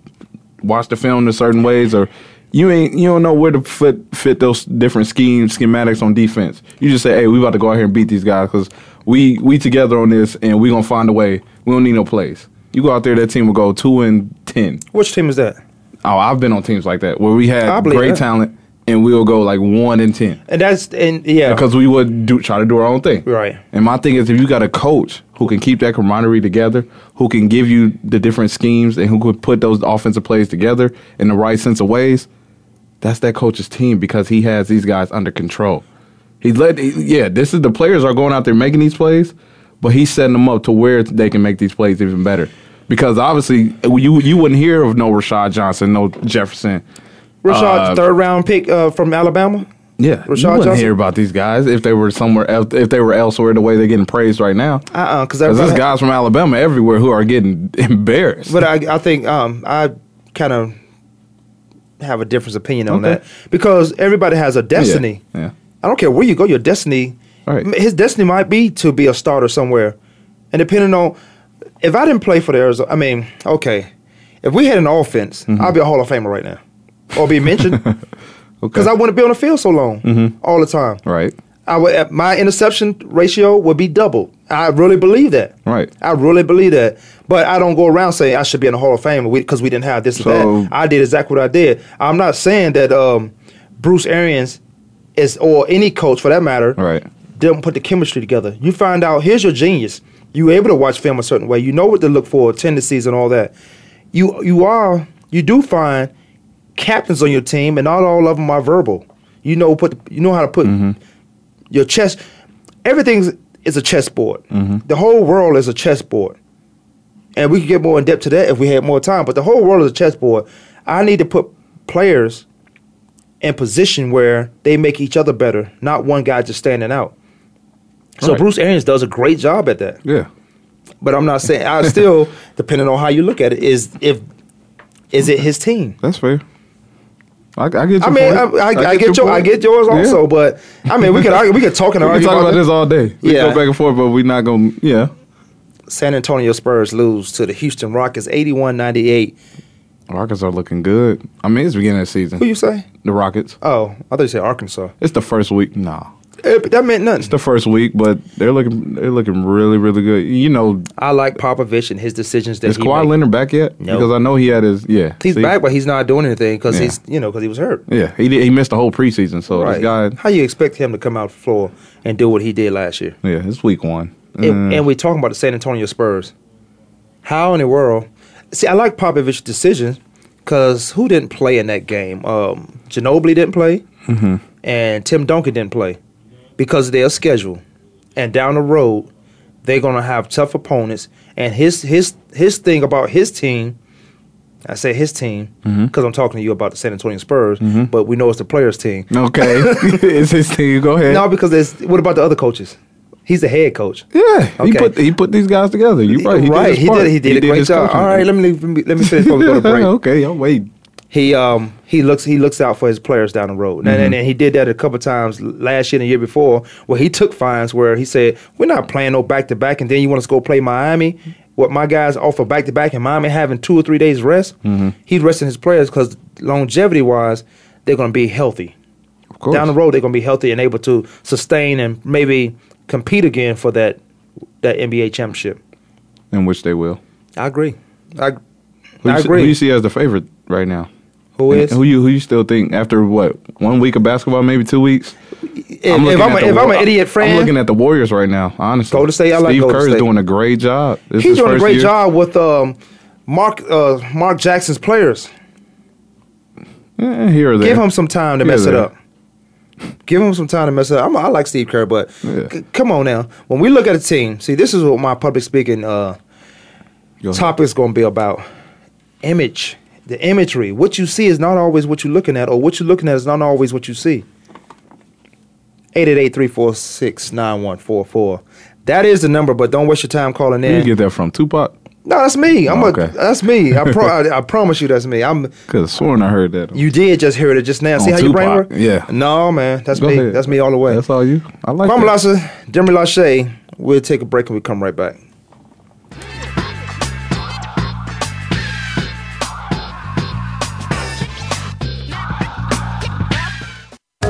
[SPEAKER 4] watch the film in certain ways or You ain't you don't know where to fit fit those different schemes schematics on defense. You just say, hey, we about to go out here and beat these guys because we we together on this and we gonna find a way. We don't need no plays. You go out there, that team will go two and ten.
[SPEAKER 3] Which team is that?
[SPEAKER 4] Oh, I've been on teams like that where we
[SPEAKER 3] I
[SPEAKER 4] had
[SPEAKER 3] believe
[SPEAKER 4] great
[SPEAKER 3] that.
[SPEAKER 4] talent and we'll go like one and ten
[SPEAKER 3] And that's and yeah.
[SPEAKER 4] because we would do try to do our own thing.
[SPEAKER 3] Right.
[SPEAKER 4] And my thing is, if you got a coach who can keep that camaraderie together, who can give you the different schemes, and who could put those offensive plays together in the right sense of ways, that's that coach's team because he has these guys under control. He's let yeah, this is the players are going out there making these plays, but he's setting them up to where they can make these plays even better. Because obviously, you you wouldn't hear of no Rashad Johnson, no Jefferson.
[SPEAKER 3] Rashad,
[SPEAKER 4] uh,
[SPEAKER 3] third round pick uh, from Alabama.
[SPEAKER 4] Yeah,
[SPEAKER 3] Rashad
[SPEAKER 4] you wouldn't
[SPEAKER 3] Johnson?
[SPEAKER 4] hear about these guys if they were somewhere else, if they were elsewhere the way they're getting praised right now.
[SPEAKER 3] Uh uh because
[SPEAKER 4] Because there's guys from Alabama everywhere who are getting embarrassed.
[SPEAKER 3] But I, I think um, I kind of have a different opinion on
[SPEAKER 4] Okay.
[SPEAKER 3] that because everybody has a
[SPEAKER 4] Yeah,
[SPEAKER 3] destiny.
[SPEAKER 4] Yeah.
[SPEAKER 3] I don't care where you go, your destiny.
[SPEAKER 4] Right.
[SPEAKER 3] m- His destiny might be to be a starter somewhere, and depending on if I didn't play for the Arizona, I mean, okay, if we had an offense,
[SPEAKER 4] Mm-hmm.
[SPEAKER 3] I'd be a Hall of Famer right now, or be mentioned because I wouldn't be on the field so long
[SPEAKER 4] Mm-hmm.
[SPEAKER 3] all the time.
[SPEAKER 4] Right.
[SPEAKER 3] I would, uh, my interception ratio would be double. I really believe that.
[SPEAKER 4] Right.
[SPEAKER 3] I really believe that. But I don't go around saying I should be in the Hall of Fame because we, didn't have this or
[SPEAKER 4] So-
[SPEAKER 3] that. I did exactly what I did. I'm not saying that um, Bruce Arians is or any coach for that matter
[SPEAKER 4] Right.
[SPEAKER 3] didn't put the chemistry together. You find out here's your genius. You able to watch film a certain way. You know what to look for, tendencies and all that. You you are you do find captains on your team, and not all of them are verbal. You know put you know how to put your chess. Everything's is a chessboard. The whole world is a chessboard, and we could get more in depth to that if we had more time. But the whole world is a chessboard. I need to put players in position where they make each other better, not one guy just standing out. So
[SPEAKER 4] Right.
[SPEAKER 3] Bruce Arians does a great job at that.
[SPEAKER 4] Yeah.
[SPEAKER 3] But I'm not saying I still, depending on how you look at it, is if is it his team?
[SPEAKER 4] That's fair. I, I get your
[SPEAKER 3] I mean, I,
[SPEAKER 4] point.
[SPEAKER 3] I, I, get your, I
[SPEAKER 4] point.
[SPEAKER 3] get yours
[SPEAKER 4] Yeah.
[SPEAKER 3] also, but I mean, we could argue, we could talk and
[SPEAKER 4] We can
[SPEAKER 3] argue
[SPEAKER 4] talk about
[SPEAKER 3] that.
[SPEAKER 4] this all day. We
[SPEAKER 3] Yeah.
[SPEAKER 4] yeah. go back and forth, but we're not going to, yeah.
[SPEAKER 3] San Antonio Spurs lose to the Houston Rockets 81-98.
[SPEAKER 4] Rockets are looking good. I mean, it's beginning of the season.
[SPEAKER 3] Who you say?
[SPEAKER 4] the Rockets.
[SPEAKER 3] Oh, I thought you said Arkansas.
[SPEAKER 4] It's the first week. Nah.
[SPEAKER 3] Eh, but that meant nothing.
[SPEAKER 4] It's the first week, but they're looking they're looking really, really good. You know,
[SPEAKER 3] I like Popovich and his decisions that
[SPEAKER 4] is
[SPEAKER 3] he
[SPEAKER 4] Kawhi
[SPEAKER 3] made.
[SPEAKER 4] Leonard back yet?
[SPEAKER 3] No.
[SPEAKER 4] Because I know he had his, yeah.
[SPEAKER 3] He's
[SPEAKER 4] see?
[SPEAKER 3] back, but he's not doing anything because
[SPEAKER 4] Yeah.
[SPEAKER 3] he's you know because he was hurt.
[SPEAKER 4] Yeah, he did, he missed the whole preseason, so this
[SPEAKER 3] Right.
[SPEAKER 4] guy.
[SPEAKER 3] How you expect him to come out the floor and do what he did last year?
[SPEAKER 4] Yeah, it's week one.
[SPEAKER 3] And, and we're talking about the San Antonio Spurs. How in the world? See, I like Popovich's decision because who didn't play in that game? Um, Ginobili didn't play, and Tim Duncan didn't play because of their schedule. And down the road, they're gonna have tough opponents. And his his his thing about his team, I say his team because I'm talking to you about the San Antonio Spurs, but we know it's the players' team.
[SPEAKER 4] Okay, it's his team. Go ahead.
[SPEAKER 3] No, because there's what about the other coaches? He's the head coach.
[SPEAKER 4] yeah, he
[SPEAKER 3] Okay.
[SPEAKER 4] put he put these guys together. You right? He did. His
[SPEAKER 3] he,
[SPEAKER 4] part.
[SPEAKER 3] did he did a great
[SPEAKER 4] his
[SPEAKER 3] job.
[SPEAKER 4] coaching.
[SPEAKER 3] All right, let me, let me let me finish before we go to break.
[SPEAKER 4] okay, I'm waiting.
[SPEAKER 3] He um he looks he looks out for his players down the road,
[SPEAKER 4] Mm-hmm.
[SPEAKER 3] and, and, and he did that a couple times last year and the year before, where he took fines where he said we're not playing no back to back, and then you want us to go play Miami. What my guys offer back to back in Miami having two or three days rest,
[SPEAKER 4] Mm-hmm.
[SPEAKER 3] he's resting his players because longevity wise, they're going to be healthy
[SPEAKER 4] Of course.
[SPEAKER 3] down the road they're going to be healthy and able to sustain and maybe compete again for that that NBA championship.
[SPEAKER 4] in which they will.
[SPEAKER 3] I agree. I
[SPEAKER 4] Who
[SPEAKER 3] I
[SPEAKER 4] you, see-
[SPEAKER 3] agree.
[SPEAKER 4] Who you see as the favorite right now?
[SPEAKER 3] who
[SPEAKER 4] And
[SPEAKER 3] is
[SPEAKER 4] who you who you still think after what one week of basketball, maybe two weeks?
[SPEAKER 3] if I'm, if
[SPEAKER 4] looking
[SPEAKER 3] I'm,
[SPEAKER 4] at
[SPEAKER 3] a,
[SPEAKER 4] the
[SPEAKER 3] if I'm
[SPEAKER 4] Wa-
[SPEAKER 3] an idiot
[SPEAKER 4] I'm
[SPEAKER 3] friend,
[SPEAKER 4] looking at the Warriors right now. Honestly,
[SPEAKER 3] Golden State, I like
[SPEAKER 4] Steve
[SPEAKER 3] Golden
[SPEAKER 4] Kerr's
[SPEAKER 3] State.
[SPEAKER 4] doing a great job. This
[SPEAKER 3] he's
[SPEAKER 4] is his
[SPEAKER 3] doing a
[SPEAKER 4] first
[SPEAKER 3] great
[SPEAKER 4] year.
[SPEAKER 3] job with um, Mark uh, Mark Jackson's players.
[SPEAKER 4] Eh, here or there.
[SPEAKER 3] Give him some time to
[SPEAKER 4] Yeah,
[SPEAKER 3] mess it
[SPEAKER 4] there.
[SPEAKER 3] up. Give him some time to mess it up. I'm, I like Steve Kerr, but
[SPEAKER 4] Yeah.
[SPEAKER 3] c- come on now. When we look at a team, see, this is what my public speaking uh,
[SPEAKER 4] Go ahead.
[SPEAKER 3] topic's going to be about image, the imagery. What you see is not always what you're looking at, or what you're looking at is not always what you see. 888-346-9144. That is the number, but don't waste your time calling
[SPEAKER 4] Where you
[SPEAKER 3] in.
[SPEAKER 4] get that from Tupac?
[SPEAKER 3] no, that's me. I'm
[SPEAKER 4] Oh,
[SPEAKER 3] a,
[SPEAKER 4] okay.
[SPEAKER 3] that's me. I, pro- I, I promise you, that's me. I'm.
[SPEAKER 4] Could have sworn I heard that.
[SPEAKER 3] You did just hear it just now. See
[SPEAKER 4] On
[SPEAKER 3] how you brain
[SPEAKER 4] Tupac,
[SPEAKER 3] work?
[SPEAKER 4] yeah.
[SPEAKER 3] No, man, that's
[SPEAKER 4] Go
[SPEAKER 3] me.
[SPEAKER 4] ahead.
[SPEAKER 3] That's me all the way.
[SPEAKER 4] That's all you. I like.
[SPEAKER 3] Kwame
[SPEAKER 4] that.
[SPEAKER 3] Lassa, Demi Lachey. We'll take a break and we come right back.
[SPEAKER 1] Now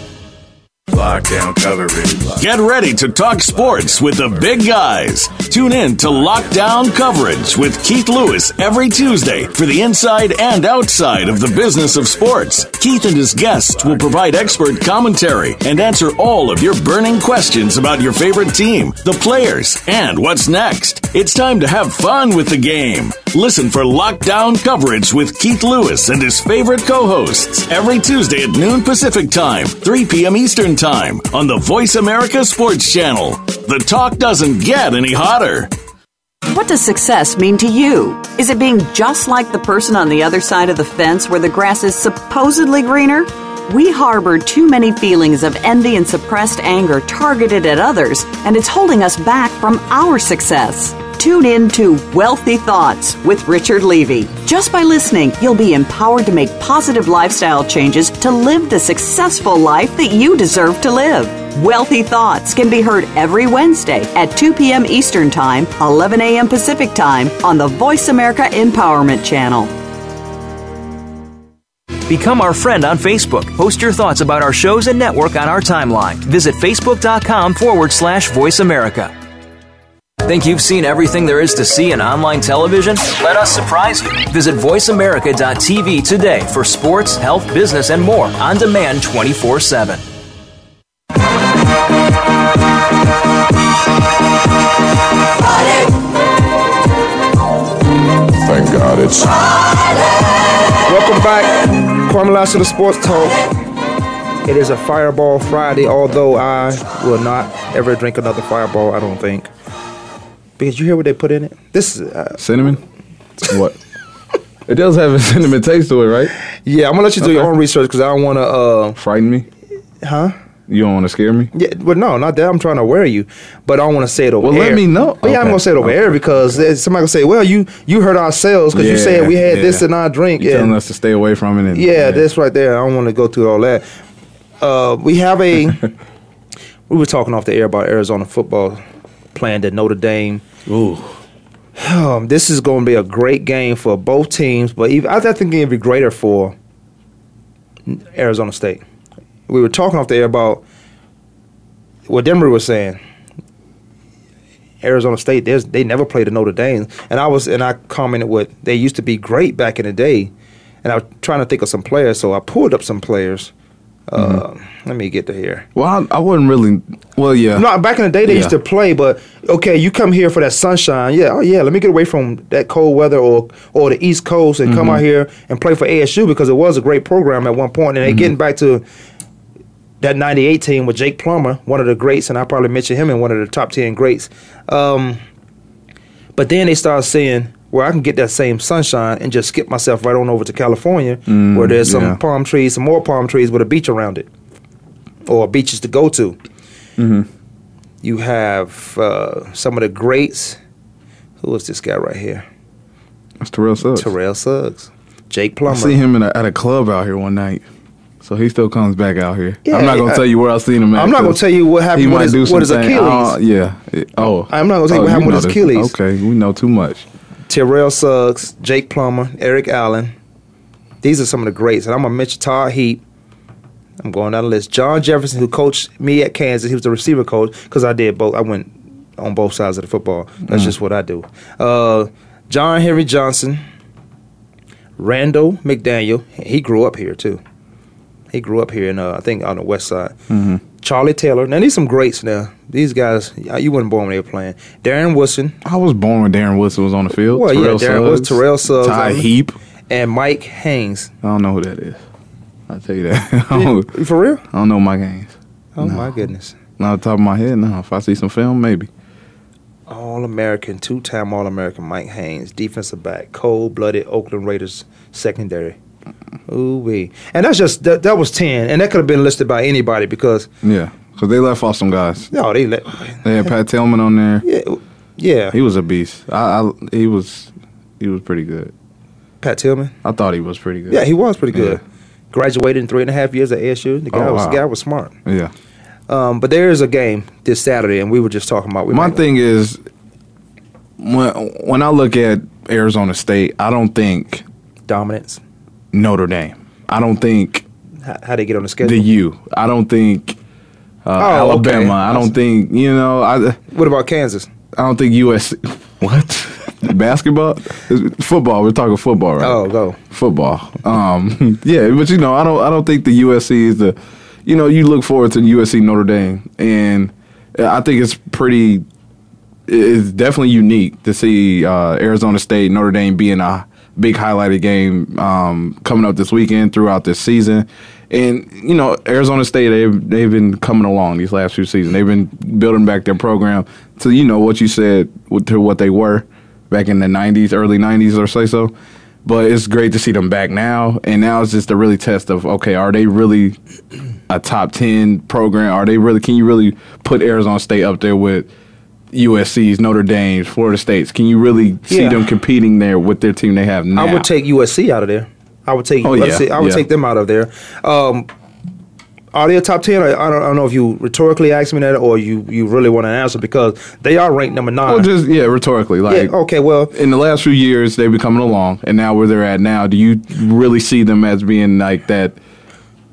[SPEAKER 9] Lockdown coverage.
[SPEAKER 2] Get ready to talk sports with the big guys. Tune in to Lockdown Coverage with Keith Lewis every Tuesday for the inside and outside of the business of sports. Keith and his guests will provide expert commentary and answer all of your burning questions about your favorite team, the players, and what's next. It's time to have fun with the game. Listen for Lockdown Coverage with Keith Lewis and his favorite co hosts every Tuesday at noon Pacific Time, 3 p.m. Eastern Time on the Voice America Sports Channel. The talk doesn't get any hotter.
[SPEAKER 5] What does success mean to you? Is it being just like the person on the other side of the fence where the grass is supposedly greener? We harbor too many feelings of envy and suppressed anger targeted at others, and it's holding us back from our success. Tune in to Wealthy Thoughts with Richard Levy. Just by listening, you'll be empowered to make positive lifestyle changes to live the successful life that you deserve to live. Wealthy Thoughts can be heard every Wednesday at 2 p.m. Eastern Time, 11 a.m. Pacific Time on the Voice America Empowerment Channel.
[SPEAKER 10] Become our friend on Facebook. Post your thoughts about our shows and network on our timeline. Visit facebook.com forward slash voice America. Think you've seen everything there is to see in online television? Let us surprise you. Visit VoiceAmerica.tv today for sports, health, business, and more on demand 24 7.
[SPEAKER 11] Thank God it's.
[SPEAKER 3] Welcome back, Kwame Lasseter the Sports Talk. It is a Fireball Friday, although I will not ever drink another Fireball. I don't think because you hear what they put in it. This is uh,
[SPEAKER 4] cinnamon. What? it does have a cinnamon taste to it, right?
[SPEAKER 3] Yeah, I'm gonna let you do your own research because I don't want to uh,
[SPEAKER 4] frighten me.
[SPEAKER 3] Huh?
[SPEAKER 4] You don't want to scare me.
[SPEAKER 3] Yeah, but no, not that I'm trying to wear you, but I don't want to say it over.
[SPEAKER 4] Well, let
[SPEAKER 3] air.
[SPEAKER 4] me know.
[SPEAKER 3] But yeah, I'm
[SPEAKER 4] Okay.
[SPEAKER 3] gonna say it over air because uh, somebody gonna say, "Well, you you hurt ourselves because you said we had this
[SPEAKER 4] yeah.
[SPEAKER 3] and I drink."
[SPEAKER 4] You're
[SPEAKER 3] yeah,
[SPEAKER 4] telling us to stay away from it. And,
[SPEAKER 3] yeah, that's right there. I don't want to go through all that. Uh, we have a. we were talking off the air about Arizona football playing at Notre Dame.
[SPEAKER 4] Ooh.
[SPEAKER 3] Um, this is going to be a great game for both teams, but even, I think it'd be greater for Arizona State. We were talking off the air about what Denver was saying. Arizona State, there's, they never played a Notre Dame, and I was and I commented with they used to be great back in the day, and I was trying to think of some players, so I pulled up some players. Uh, Let me get to here.
[SPEAKER 4] Well, I, I wasn't really. Well, yeah.
[SPEAKER 3] No, back in the day they used
[SPEAKER 4] Yeah.
[SPEAKER 3] to play, but okay, you come here for that sunshine. Yeah, oh yeah, let me get away from that cold weather or or the East Coast and come out here and play for ASU because it was a great program at one point, and they getting back to that '98 team with Jake Plummer, one of the greats, and I probably mentioned him in one of the top ten greats. Um, but then they start saying. Where I can get that same sunshine and just skip myself right on over to California, where there's some
[SPEAKER 4] Mm, yeah.
[SPEAKER 3] palm trees, some more palm trees with a beach around it, or beaches to go to.
[SPEAKER 4] Mm-hmm.
[SPEAKER 3] You have uh, some of the greats. Who is this guy right here?
[SPEAKER 4] That's Terrell Suggs.
[SPEAKER 3] Terrell Suggs, Jake
[SPEAKER 4] I
[SPEAKER 3] Plummer.
[SPEAKER 4] see him in a, at a club out here one night. So he still comes back out here.
[SPEAKER 3] Yeah,
[SPEAKER 4] I'm not gonna
[SPEAKER 3] I-
[SPEAKER 4] tell you where I seen him. at.
[SPEAKER 3] I'm not gonna
[SPEAKER 4] 'cause
[SPEAKER 3] tell you what happened
[SPEAKER 4] He
[SPEAKER 3] with
[SPEAKER 4] might
[SPEAKER 3] his-
[SPEAKER 4] do
[SPEAKER 3] with his
[SPEAKER 4] something.
[SPEAKER 3] Achilles.
[SPEAKER 4] Oh, yeah. It- oh,
[SPEAKER 3] I'm not gonna tell you
[SPEAKER 4] Oh,
[SPEAKER 3] what happened with
[SPEAKER 4] know
[SPEAKER 3] his
[SPEAKER 4] this.
[SPEAKER 3] Achilles.
[SPEAKER 4] Okay, we know too much.
[SPEAKER 3] Terrell Suggs, Jake Plummer, Eric Allen. These are some of the greats, and I'm gonna mention Todd Heap. I'm going down the list. John Jefferson, who coached me at Kansas, he was the receiver coach because I did both. I went on both sides of the football. That's just what I do. Uh, John Henry Johnson, Randall McDaniel. He grew up here too. He grew up here in uh, I think on the west side. Charlie Taylor. Now these some greats. Now these guys, you weren't born when they were playing. Darren Woodson,
[SPEAKER 4] I was born when Darren Woodson was on the field.
[SPEAKER 3] Well, yeah,
[SPEAKER 4] Terrell
[SPEAKER 3] Darren Woods,
[SPEAKER 4] Suggs,
[SPEAKER 3] Terrell Suggs, um,
[SPEAKER 4] Ty
[SPEAKER 3] I mean-
[SPEAKER 4] Heap.
[SPEAKER 3] and Mike Haynes.
[SPEAKER 4] I don't know who that is. I'll tell you that. I, don't,
[SPEAKER 3] For real?
[SPEAKER 4] I don't know my games.
[SPEAKER 3] Oh my goodness.
[SPEAKER 4] Not off the top of my head, no. If I see some film, maybe.
[SPEAKER 3] All American, two time All American Mike Haynes, defensive back, cold blooded Oakland Raiders secondary. Ooh wee. And that's just that, that was ten. And that could have been listed by anybody because
[SPEAKER 4] Yeah. Because they left off some guys.
[SPEAKER 3] no, they let
[SPEAKER 4] They had Pat Tillman on there.
[SPEAKER 3] Yeah. Yeah.
[SPEAKER 4] He was a beast. I, I he was he was pretty good.
[SPEAKER 3] Pat Tillman.
[SPEAKER 4] I thought he was pretty good.
[SPEAKER 3] Yeah, he was pretty good.
[SPEAKER 4] Yeah.
[SPEAKER 3] Graduated in three and a half years at ASU. The guy
[SPEAKER 4] Oh,
[SPEAKER 3] was
[SPEAKER 4] wow.
[SPEAKER 3] the guy was smart.
[SPEAKER 4] Yeah.
[SPEAKER 3] Um, but there is a game this Saturday and we were just talking about we
[SPEAKER 4] My
[SPEAKER 3] might-
[SPEAKER 4] thing is when when I look at Arizona State, I don't think
[SPEAKER 3] dominance.
[SPEAKER 4] Notre Dame. I don't think
[SPEAKER 3] how, how they get on the schedule.
[SPEAKER 4] the U. I don't think uh,
[SPEAKER 3] Oh, okay.
[SPEAKER 4] Alabama. I don't think you know. I
[SPEAKER 3] what about Kansas?
[SPEAKER 4] I don't think USC. What basketball? It's football. We're talking football, right?
[SPEAKER 3] Oh, go.
[SPEAKER 4] football. Um, yeah, but you know, I don't I don't think the USC is the you know, you look forward to USC Notre Dame and I think it's pretty it's definitely unique to see uh, Arizona State Notre Dame being a big highlighted game um, coming up this weekend throughout this season. And you know Arizona State they've they've been coming along these last few seasons. They've been building back their program to you know what you said to what they were back in the '90s, early '90s or say so but it's great to see them back now. And now it's just a really test of okay, are they really a top ten program? Are they really? Can you really put Arizona State up there with USC's, Notre Dame's, Florida State's? Can you really see
[SPEAKER 3] Yeah.
[SPEAKER 4] them competing there with their team they have now?
[SPEAKER 3] I would take USC out of there. I would take.
[SPEAKER 4] Oh,
[SPEAKER 3] let's
[SPEAKER 4] yeah,
[SPEAKER 3] see, I would
[SPEAKER 4] yeah.
[SPEAKER 3] take them out of there. Um, are they a top ten? I, I, don't, I don't know if you rhetorically asked me that or you, you really want to answer because they are ranked number nine.
[SPEAKER 4] Well, just yeah, rhetorically, like
[SPEAKER 3] yeah, oh. okay, well,
[SPEAKER 4] in the last few years they've been coming along, and now where they're at now, do you really see them as being like that?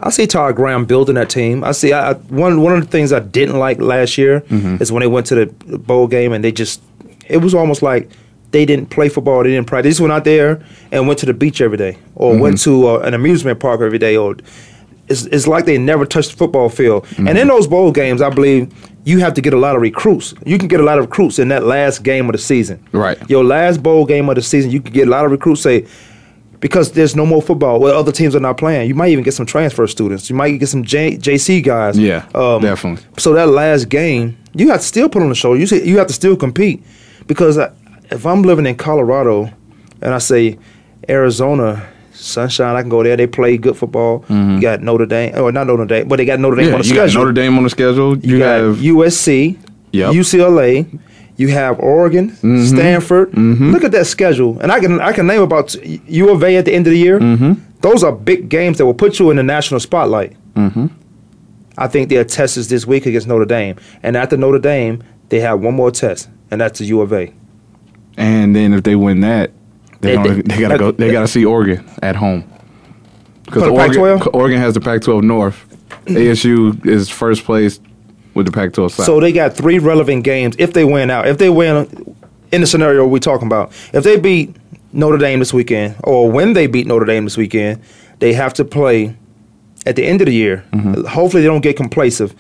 [SPEAKER 3] I see Todd Graham building that team. I see I, I, one one of the things I didn't like last year is when they went to the bowl game and they just it was almost like they didn't play football. They didn't practice. They just went out there and went to the beach every day, or went to uh, an amusement park every day, or it's, it's like they never touched the football field. And in those bowl games, I believe you have to get a lot of recruits. You can get a lot of recruits in that last game of the season.
[SPEAKER 4] Right.
[SPEAKER 3] Your last bowl game of the season, you can get a lot of recruits. Say because there's no more football. Well, other teams are not playing. You might even get some transfer students. You might get some J- JC guys.
[SPEAKER 4] Yeah,
[SPEAKER 3] Um,
[SPEAKER 4] definitely.
[SPEAKER 3] So that last game, you have to still put on the show. You see, you have to still compete because I, if I'm living in Colorado and I say Arizona. Sunshine, I can go there. They play good football. You got Notre Dame, or not Notre Dame, but they got Notre Dame
[SPEAKER 4] Mm-hmm. Yeah,
[SPEAKER 3] on the
[SPEAKER 4] you got
[SPEAKER 3] schedule.
[SPEAKER 4] Notre Dame on the schedule. You,
[SPEAKER 3] You got
[SPEAKER 4] have
[SPEAKER 3] USC,
[SPEAKER 4] Yep. Mm-hmm.
[SPEAKER 3] UCLA. You have Oregon, Stanford. Look at that schedule, and I can I can name about t- U of A at the end of the year.
[SPEAKER 4] Mm-hmm.
[SPEAKER 3] Those are big games that will put you in the national spotlight.
[SPEAKER 4] Mm-hmm.
[SPEAKER 3] I think their test is this week against Notre Dame, and after Notre Dame, they have one more test, and that's the U of A.
[SPEAKER 4] And then if they win that,
[SPEAKER 3] They-
[SPEAKER 4] they, gonna,
[SPEAKER 3] they-
[SPEAKER 4] they, gotta go. They gotta see Oregon at home because
[SPEAKER 3] For the
[SPEAKER 4] Oregon,
[SPEAKER 3] Pac-12?
[SPEAKER 4] Oregon has the Pac-12 North. ASU is first place with the Pac-12 South.
[SPEAKER 3] So they got three relevant games if they win out. If they win in the scenario we're talking about, if they beat Notre Dame this weekend, or when they beat Notre Dame this weekend, they have to play at the end of the year.
[SPEAKER 4] Mm-hmm.
[SPEAKER 3] Hopefully, they don't get complacent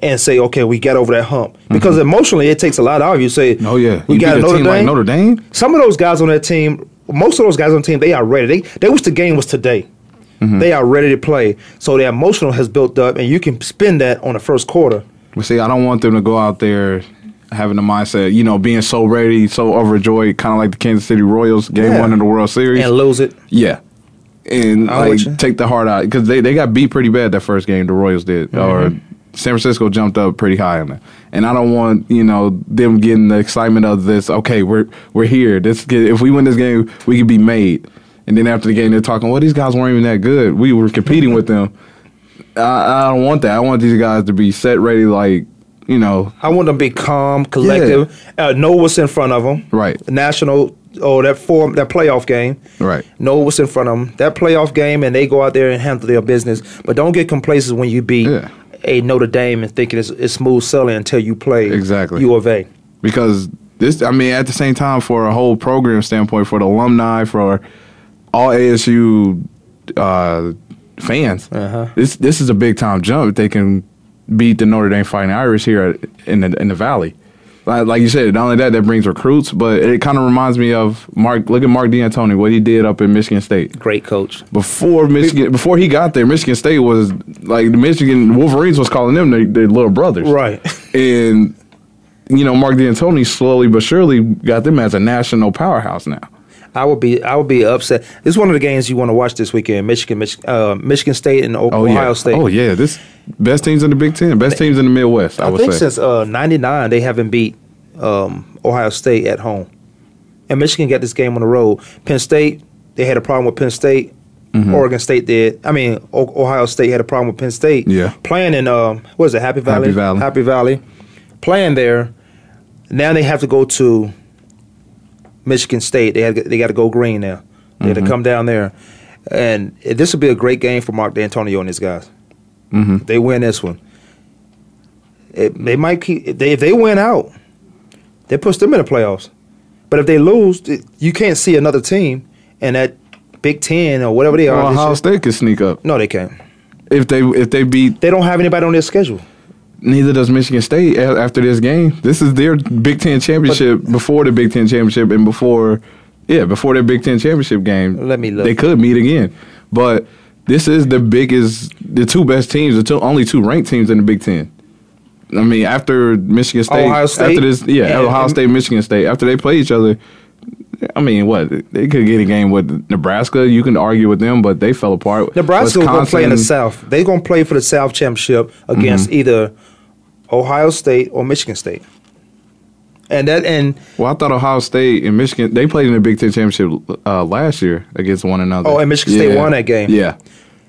[SPEAKER 3] and say, "Okay, we got over that hump," because emotionally, it takes a lot out of you. Say,
[SPEAKER 4] Mm-hmm. oh yeah,
[SPEAKER 3] we
[SPEAKER 4] you
[SPEAKER 3] got
[SPEAKER 4] beat a
[SPEAKER 3] Notre
[SPEAKER 4] team
[SPEAKER 3] Dame."
[SPEAKER 4] like Notre Dame.
[SPEAKER 3] Some of those guys on that team, most of those guys on the team, they are ready. They they wish the game was today.
[SPEAKER 4] Mm-hmm.
[SPEAKER 3] They are ready to play, so their emotional has built up, and you can spend that on the first quarter.
[SPEAKER 4] But see, I don't want them to go out there having the mindset, you know, being so ready, so overjoyed, kind of like the Kansas City Royals game
[SPEAKER 3] Yeah.
[SPEAKER 4] one in the World Series.
[SPEAKER 3] and lose it.
[SPEAKER 4] Yeah. And
[SPEAKER 3] I'm with you.
[SPEAKER 4] like take the heart out because they, they got beat pretty bad that first game. The Royals did,
[SPEAKER 3] Mm-hmm.
[SPEAKER 4] or San Francisco jumped up pretty high on them. And I don't want you know them getting the excitement of this. Okay, we're we're here. This get- if we win this game, we could be made. And then after the game, they're talking. Well, these guys weren't even that good. We were competing with them. I, I don't want that. I want these guys to be set, ready, like you know,
[SPEAKER 3] I want them to be calm, collective, uh, know what's in front of them.
[SPEAKER 4] Right.
[SPEAKER 3] National or that form that playoff game.
[SPEAKER 4] Right.
[SPEAKER 3] Know what's in front of them. That playoff game, and they go out there and handle their business. But don't get complacent when you beat
[SPEAKER 4] Yeah.
[SPEAKER 3] a Notre Dame and thinking it's, it's smooth sailing until you play
[SPEAKER 4] Exactly.
[SPEAKER 3] U of A.
[SPEAKER 4] because this I mean at the same time for a whole program standpoint for the alumni for all ASU uh, fans this this is a big time jump if they can beat the Notre Dame Fighting Irish here at, in the in the Valley like, like you said not only that that brings recruits but it kind of reminds me of Mark look at Mark D'Antoni what he did up in Michigan State
[SPEAKER 3] Great coach.
[SPEAKER 4] before Michigan before he got there Michigan State was like the Michigan Wolverines was calling them their, their little brothers
[SPEAKER 3] Right.
[SPEAKER 4] and you know Mark D'Antoni slowly but surely got them as a national powerhouse now.
[SPEAKER 3] I would be I would be upset. This is one of the games you want to watch this weekend. Michigan, Mich- uh, Michigan State, and o-
[SPEAKER 4] Oh
[SPEAKER 3] Ohio
[SPEAKER 4] yeah,
[SPEAKER 3] State.
[SPEAKER 4] oh yeah, this best teams in the Big Ten, best teams in the Midwest. I,
[SPEAKER 3] I
[SPEAKER 4] would
[SPEAKER 3] think
[SPEAKER 4] say
[SPEAKER 3] since uh, '99 they haven't beat um, Ohio State at home, and Michigan got this game on the road. Penn State they had a problem with Penn State.
[SPEAKER 4] Mm-hmm.
[SPEAKER 3] Oregon State did. I mean, o- Ohio State had a problem with Penn State.
[SPEAKER 4] Yeah.
[SPEAKER 3] playing in um, what is it, Happy Valley?
[SPEAKER 4] Valley.
[SPEAKER 3] Happy Valley, playing there. Now they have to go to Michigan State. They had they got to go green now. They had
[SPEAKER 4] Mhm.
[SPEAKER 3] to come down there, and eh, this would be a great game for Mark D'Antonio and his guys.
[SPEAKER 4] Mm-hmm.
[SPEAKER 3] If they win this one, it, they might keep. If they, if they win out, they push them in the playoffs. But if they lose, it- you can't see another team in that Big Ten or whatever they are.
[SPEAKER 4] Well,
[SPEAKER 3] this
[SPEAKER 4] Ohio
[SPEAKER 3] year.
[SPEAKER 4] State could sneak up
[SPEAKER 3] No, they can't.
[SPEAKER 4] if they if they beat.
[SPEAKER 3] They don't have anybody on their schedule.
[SPEAKER 4] Neither does Michigan State a- after this game. This is their Big Ten championship before the Big Ten championship and before, yeah, before their Big Ten championship game.
[SPEAKER 3] Let me look.
[SPEAKER 4] They could meet again, but this is the biggest, the two best teams, the two, only two ranked teams in the Big Ten. I mean, after Michigan State,
[SPEAKER 3] Ohio State?
[SPEAKER 4] after this, yeah,
[SPEAKER 3] Yeah.
[SPEAKER 4] Ohio State, Michigan State, after they play each other, I mean, what they could get a game with Nebraska. You can argue with them, but they fell apart.
[SPEAKER 3] Nebraska going to play in the
[SPEAKER 4] Wisconsin- Mm-hmm.
[SPEAKER 3] South. They're going to play for the South Championship against either Ohio State or Michigan State. And that and
[SPEAKER 4] Well, I thought Ohio State and Michigan they played in the Big Ten championship uh, last year against one another.
[SPEAKER 3] Oh, and Michigan State won that game.
[SPEAKER 4] Yeah,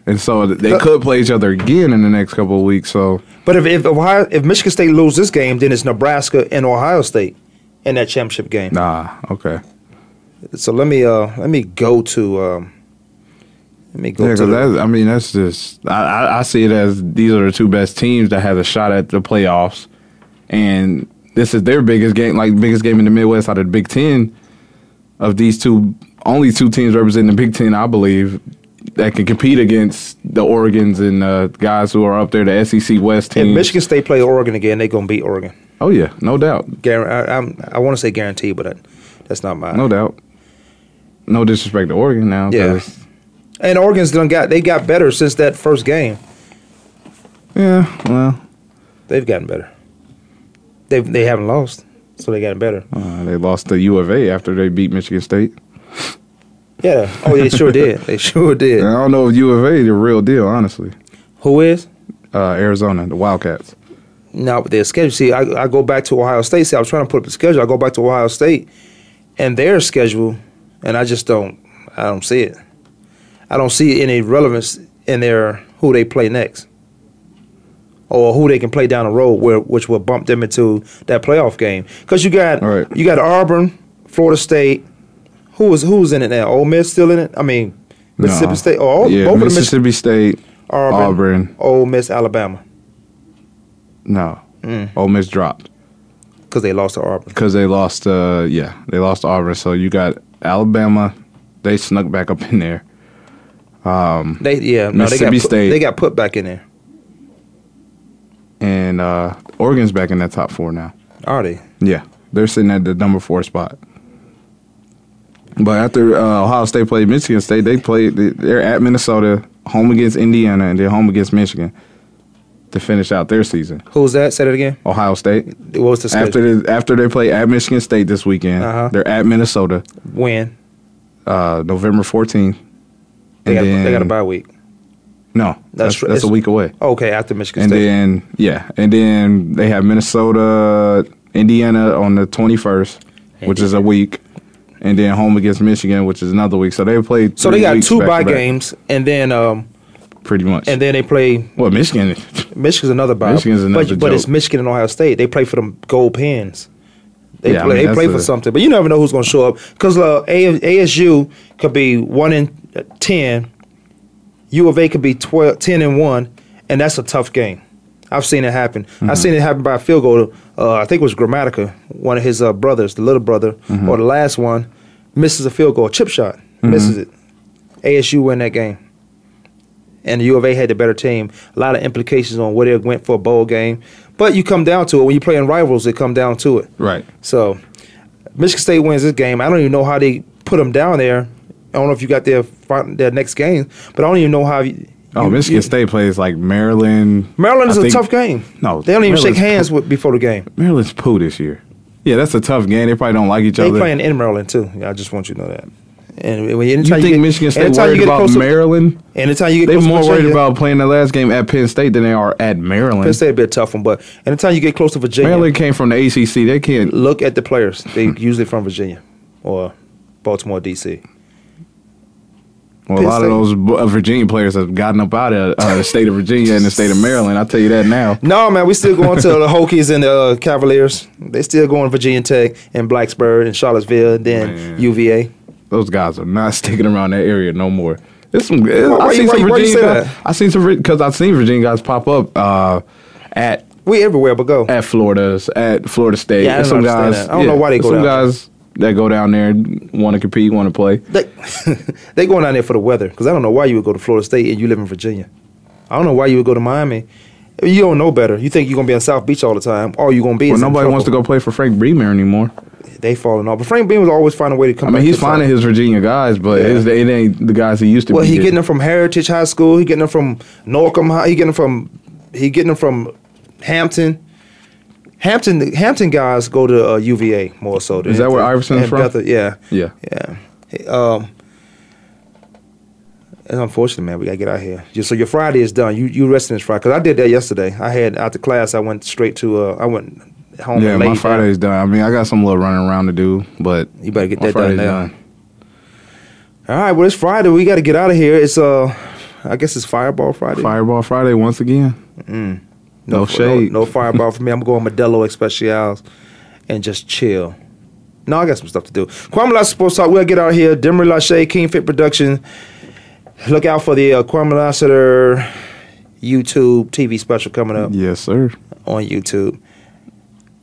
[SPEAKER 4] and so th- they
[SPEAKER 3] Uh,
[SPEAKER 4] could play each other again in the next couple of weeks. So
[SPEAKER 3] but if if, Ohio, if Michigan State lose this game, then it's Nebraska and Ohio State in that championship game.
[SPEAKER 4] nah, ah, okay,
[SPEAKER 3] So let me uh let me go to um let me go
[SPEAKER 4] yeah,
[SPEAKER 3] to
[SPEAKER 4] because
[SPEAKER 3] the-
[SPEAKER 4] that I mean that's just I, I I see it as these are the two best teams that have a shot at the playoffs, and this is their biggest game, like biggest game in the Midwest out of the Big Ten of these two only two teams representing the Big Ten, I believe. That can compete against the Oregon's and uh, guys who are up there, the SEC West
[SPEAKER 3] if
[SPEAKER 4] teams.
[SPEAKER 3] Michigan State plays Oregon again, they're going to beat Oregon.
[SPEAKER 4] Oh yeah, no doubt,
[SPEAKER 3] Guar- I, I'm, I want to say guaranteed, but that that's not my
[SPEAKER 4] no doubt. No disrespect to Oregon now.
[SPEAKER 3] Yeah.
[SPEAKER 4] 'cause-
[SPEAKER 3] And Oregon's done got they got better since that first game.
[SPEAKER 4] Yeah. Well,
[SPEAKER 3] They've gotten better. They they haven't lost, so they gotten better.
[SPEAKER 4] uh, they lost to U of A after they beat Michigan State.
[SPEAKER 3] Yeah. Oh, they sure did. They sure did.
[SPEAKER 4] And I don't know if U of A the real deal, honestly.
[SPEAKER 3] Who is?
[SPEAKER 4] Uh, Arizona, the Wildcats.
[SPEAKER 3] No, but their schedule. See, I, I go back to Ohio State. See, I was trying to put up the schedule. I go back to Ohio State and their schedule, and I just don't. I don't see it. I don't see any relevance in their who they play next, or who they can play down the road, where which will bump them into that playoff game. Because you got
[SPEAKER 4] All right.
[SPEAKER 3] you got Auburn, Florida State. Who is who's in it now? Ole Miss still in it? I mean, Mississippi
[SPEAKER 4] Nah.
[SPEAKER 3] State. Oh, all-
[SPEAKER 4] yeah,
[SPEAKER 3] both of them. Mississippi,
[SPEAKER 4] Mississippi State,
[SPEAKER 3] Auburn,
[SPEAKER 4] Auburn.
[SPEAKER 3] Ole Miss, Alabama,
[SPEAKER 4] No,
[SPEAKER 3] Mm.
[SPEAKER 4] Ole Miss dropped
[SPEAKER 3] because they lost to Auburn.
[SPEAKER 4] because they lost. Uh, yeah, they lost to Auburn. So you got Alabama. They snuck back up in there. Um,
[SPEAKER 3] They yeah, no, they got
[SPEAKER 4] Mississippi
[SPEAKER 3] put,
[SPEAKER 4] State.
[SPEAKER 3] They got put back in there.
[SPEAKER 4] and uh, Oregon's back in that top four now.
[SPEAKER 3] Are they?
[SPEAKER 4] Yeah, they're sitting at the number four spot. But after uh, Ohio State played Michigan State, they played. They're at Minnesota, home against Indiana, and then home against Michigan to finish out their season.
[SPEAKER 3] Who's that? Say that again.
[SPEAKER 4] Ohio State
[SPEAKER 3] What was the schedule?
[SPEAKER 4] after the, after they play at Michigan State this weekend,
[SPEAKER 3] Uh-huh.
[SPEAKER 4] they're at Minnesota
[SPEAKER 3] when
[SPEAKER 4] uh, November fourteenth.
[SPEAKER 3] they got, they got a bye week.
[SPEAKER 4] No, that's,
[SPEAKER 3] right.
[SPEAKER 4] that's
[SPEAKER 3] It's-
[SPEAKER 4] a week away.
[SPEAKER 3] Okay, after Michigan
[SPEAKER 4] and
[SPEAKER 3] State.
[SPEAKER 4] then yeah, and then they have Minnesota, Indiana on the twenty first, which is a week, and then home against Michigan, which is another week. So they play.
[SPEAKER 3] so they
[SPEAKER 4] three
[SPEAKER 3] got
[SPEAKER 4] weeks
[SPEAKER 3] two
[SPEAKER 4] back
[SPEAKER 3] bye
[SPEAKER 4] to back,
[SPEAKER 3] games, and then um,
[SPEAKER 4] pretty much.
[SPEAKER 3] and then they play
[SPEAKER 4] well, Michigan,
[SPEAKER 3] Michigan's another bye.
[SPEAKER 4] Michigan's another
[SPEAKER 3] but, but it's
[SPEAKER 4] joke.
[SPEAKER 3] Michigan and Ohio State. They play for them gold pins. They
[SPEAKER 4] Yeah, I
[SPEAKER 3] play.
[SPEAKER 4] mean,
[SPEAKER 3] they
[SPEAKER 4] that's
[SPEAKER 3] play for
[SPEAKER 4] a-
[SPEAKER 3] something, but you never know who's going to show up because uh, A- ASU could be one in uh, ten, U of A could be 12, 10 and one, and that's a tough game. I've seen it happen.
[SPEAKER 4] Mm-hmm.
[SPEAKER 3] I've seen it happen by a field goal. Uh, I think it was Grammatica, one of his uh, brothers, the little brother,
[SPEAKER 4] Mm-hmm.
[SPEAKER 3] or the last one, misses a field goal, chip shot,
[SPEAKER 4] Mm-hmm.
[SPEAKER 3] misses it. ASU win that game and the U of A had the better team. A lot of implications on where they went for a bowl game, but you come down to it when you're playing rivals. It come down to it.
[SPEAKER 4] right?
[SPEAKER 3] So Michigan State wins this game. I don't even know how they put them down there. I don't know if you got their fi- their next game, but I don't even know how. You,
[SPEAKER 4] Oh,
[SPEAKER 3] you-
[SPEAKER 4] Michigan
[SPEAKER 3] you-
[SPEAKER 4] State plays like Maryland.
[SPEAKER 3] Maryland is
[SPEAKER 4] I
[SPEAKER 3] a
[SPEAKER 4] think-
[SPEAKER 3] tough game.
[SPEAKER 4] No,
[SPEAKER 3] they don't even shake
[SPEAKER 4] Maryland's
[SPEAKER 3] hands
[SPEAKER 4] poo-
[SPEAKER 3] with, before the game.
[SPEAKER 4] Maryland's poo this year. Yeah, that's a tough game. They probably don't like each
[SPEAKER 3] They
[SPEAKER 4] other.
[SPEAKER 3] playing in Maryland too. I just want you to know that. And when,
[SPEAKER 4] you
[SPEAKER 3] anytime
[SPEAKER 4] think
[SPEAKER 3] get-
[SPEAKER 4] Michigan State
[SPEAKER 3] anytime you
[SPEAKER 4] worried
[SPEAKER 3] get
[SPEAKER 4] about
[SPEAKER 3] close to-
[SPEAKER 4] Maryland?
[SPEAKER 3] Anytime you get
[SPEAKER 4] They're
[SPEAKER 3] close to
[SPEAKER 4] more worried
[SPEAKER 3] Virginia-
[SPEAKER 4] about playing the last game at Penn State than they are at Maryland.
[SPEAKER 3] Penn State a bit tough one, but anytime you get close to Virginia,
[SPEAKER 4] Maryland came from the ACC. They can't.
[SPEAKER 3] look at the Hmm. players. They usually from Virginia or Baltimore, D.C.
[SPEAKER 4] Well, a lot of those bu- uh, Virginia players have gotten up out of uh, the state of Virginia and the state of Maryland. I'll tell you that now.
[SPEAKER 3] No, man, we still going to the Hokies and the uh, Cavaliers. They still going to Virginia Tech and Blacksburg and Charlottesville and then UVA.
[SPEAKER 4] Those guys are not sticking around that area no more. There's some. I
[SPEAKER 3] why
[SPEAKER 4] seen
[SPEAKER 3] you-
[SPEAKER 4] some
[SPEAKER 3] why you- why you
[SPEAKER 4] Virginia.
[SPEAKER 3] say
[SPEAKER 4] guys,
[SPEAKER 3] that?
[SPEAKER 4] I seen some because I've seen Virginia guys pop up uh, at.
[SPEAKER 3] We everywhere, but go
[SPEAKER 4] at Florida's at Florida State.
[SPEAKER 3] Yeah, I
[SPEAKER 4] There's
[SPEAKER 3] don't
[SPEAKER 4] some
[SPEAKER 3] understand
[SPEAKER 4] guys.
[SPEAKER 3] that. I don't know why they go
[SPEAKER 4] Some
[SPEAKER 3] down there.
[SPEAKER 4] guys that go down there want to compete, want to play.
[SPEAKER 3] They, they going down there for the weather because I don't know why you would go to Florida State and you live in Virginia. I don't know why you would go to Miami. You don't know better. You think you're gonna be in South Beach all the time, or you gonna be.
[SPEAKER 4] Well, nobody wants to go play for Frank Bremer anymore.
[SPEAKER 3] They falling off, but Frank Bean was always finding a way to come.
[SPEAKER 4] I mean,
[SPEAKER 3] back
[SPEAKER 4] he's
[SPEAKER 3] to South.
[SPEAKER 4] finding his Virginia guys, but
[SPEAKER 3] Yeah.
[SPEAKER 4] his, it ain't the guys he used to
[SPEAKER 3] Well,
[SPEAKER 4] be.
[SPEAKER 3] he
[SPEAKER 4] getting.
[SPEAKER 3] getting them from Heritage High School. He getting them from Norcom High. He getting them from he getting them from Hampton. Hampton Hampton guys go to uh, UVA more so. Than
[SPEAKER 4] Is that where
[SPEAKER 3] anything.
[SPEAKER 4] Iverson's
[SPEAKER 3] And
[SPEAKER 4] from?
[SPEAKER 3] Bethel- yeah,
[SPEAKER 4] Yeah.
[SPEAKER 3] yeah. He- Um, it's unfortunate, man. We gotta get out here. Just so your Friday is done. You you resting this Friday because I did that yesterday. I had after class. I went straight to. Uh, I went home.
[SPEAKER 4] Yeah,
[SPEAKER 3] late
[SPEAKER 4] my Friday's done. I mean, I got some little running around to do, but
[SPEAKER 3] you better get
[SPEAKER 4] my
[SPEAKER 3] that done
[SPEAKER 4] Friday's
[SPEAKER 3] now. All right. Well, it's Friday. We gotta get out of here. It's uh, I guess it's Fireball Friday.
[SPEAKER 4] Fireball Friday once again.
[SPEAKER 3] Mm.
[SPEAKER 4] No shade.
[SPEAKER 3] No, fireball for me. I'm going Modelo Especials and just chill. No, I got some stuff to do. Kwame Lasseter Sports Talk. We'll get out of here. Demery Lachey, King Fit Production. Look out for the uh, Kwame Lasseter YouTube TV special coming up
[SPEAKER 4] Yes, sir.
[SPEAKER 3] on YouTube.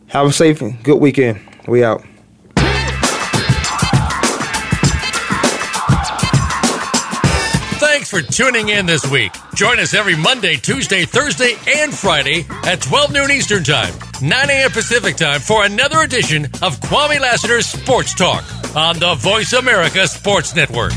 [SPEAKER 3] Have a safe and good weekend. We out.
[SPEAKER 12] Thanks for tuning in this week. Join us every Monday, Tuesday, Thursday, and Friday at 12 noon Eastern Time, 9 a.m. Pacific Time for another edition of Kwame Lassiter's Sports Talk on the Voice America Sports Network.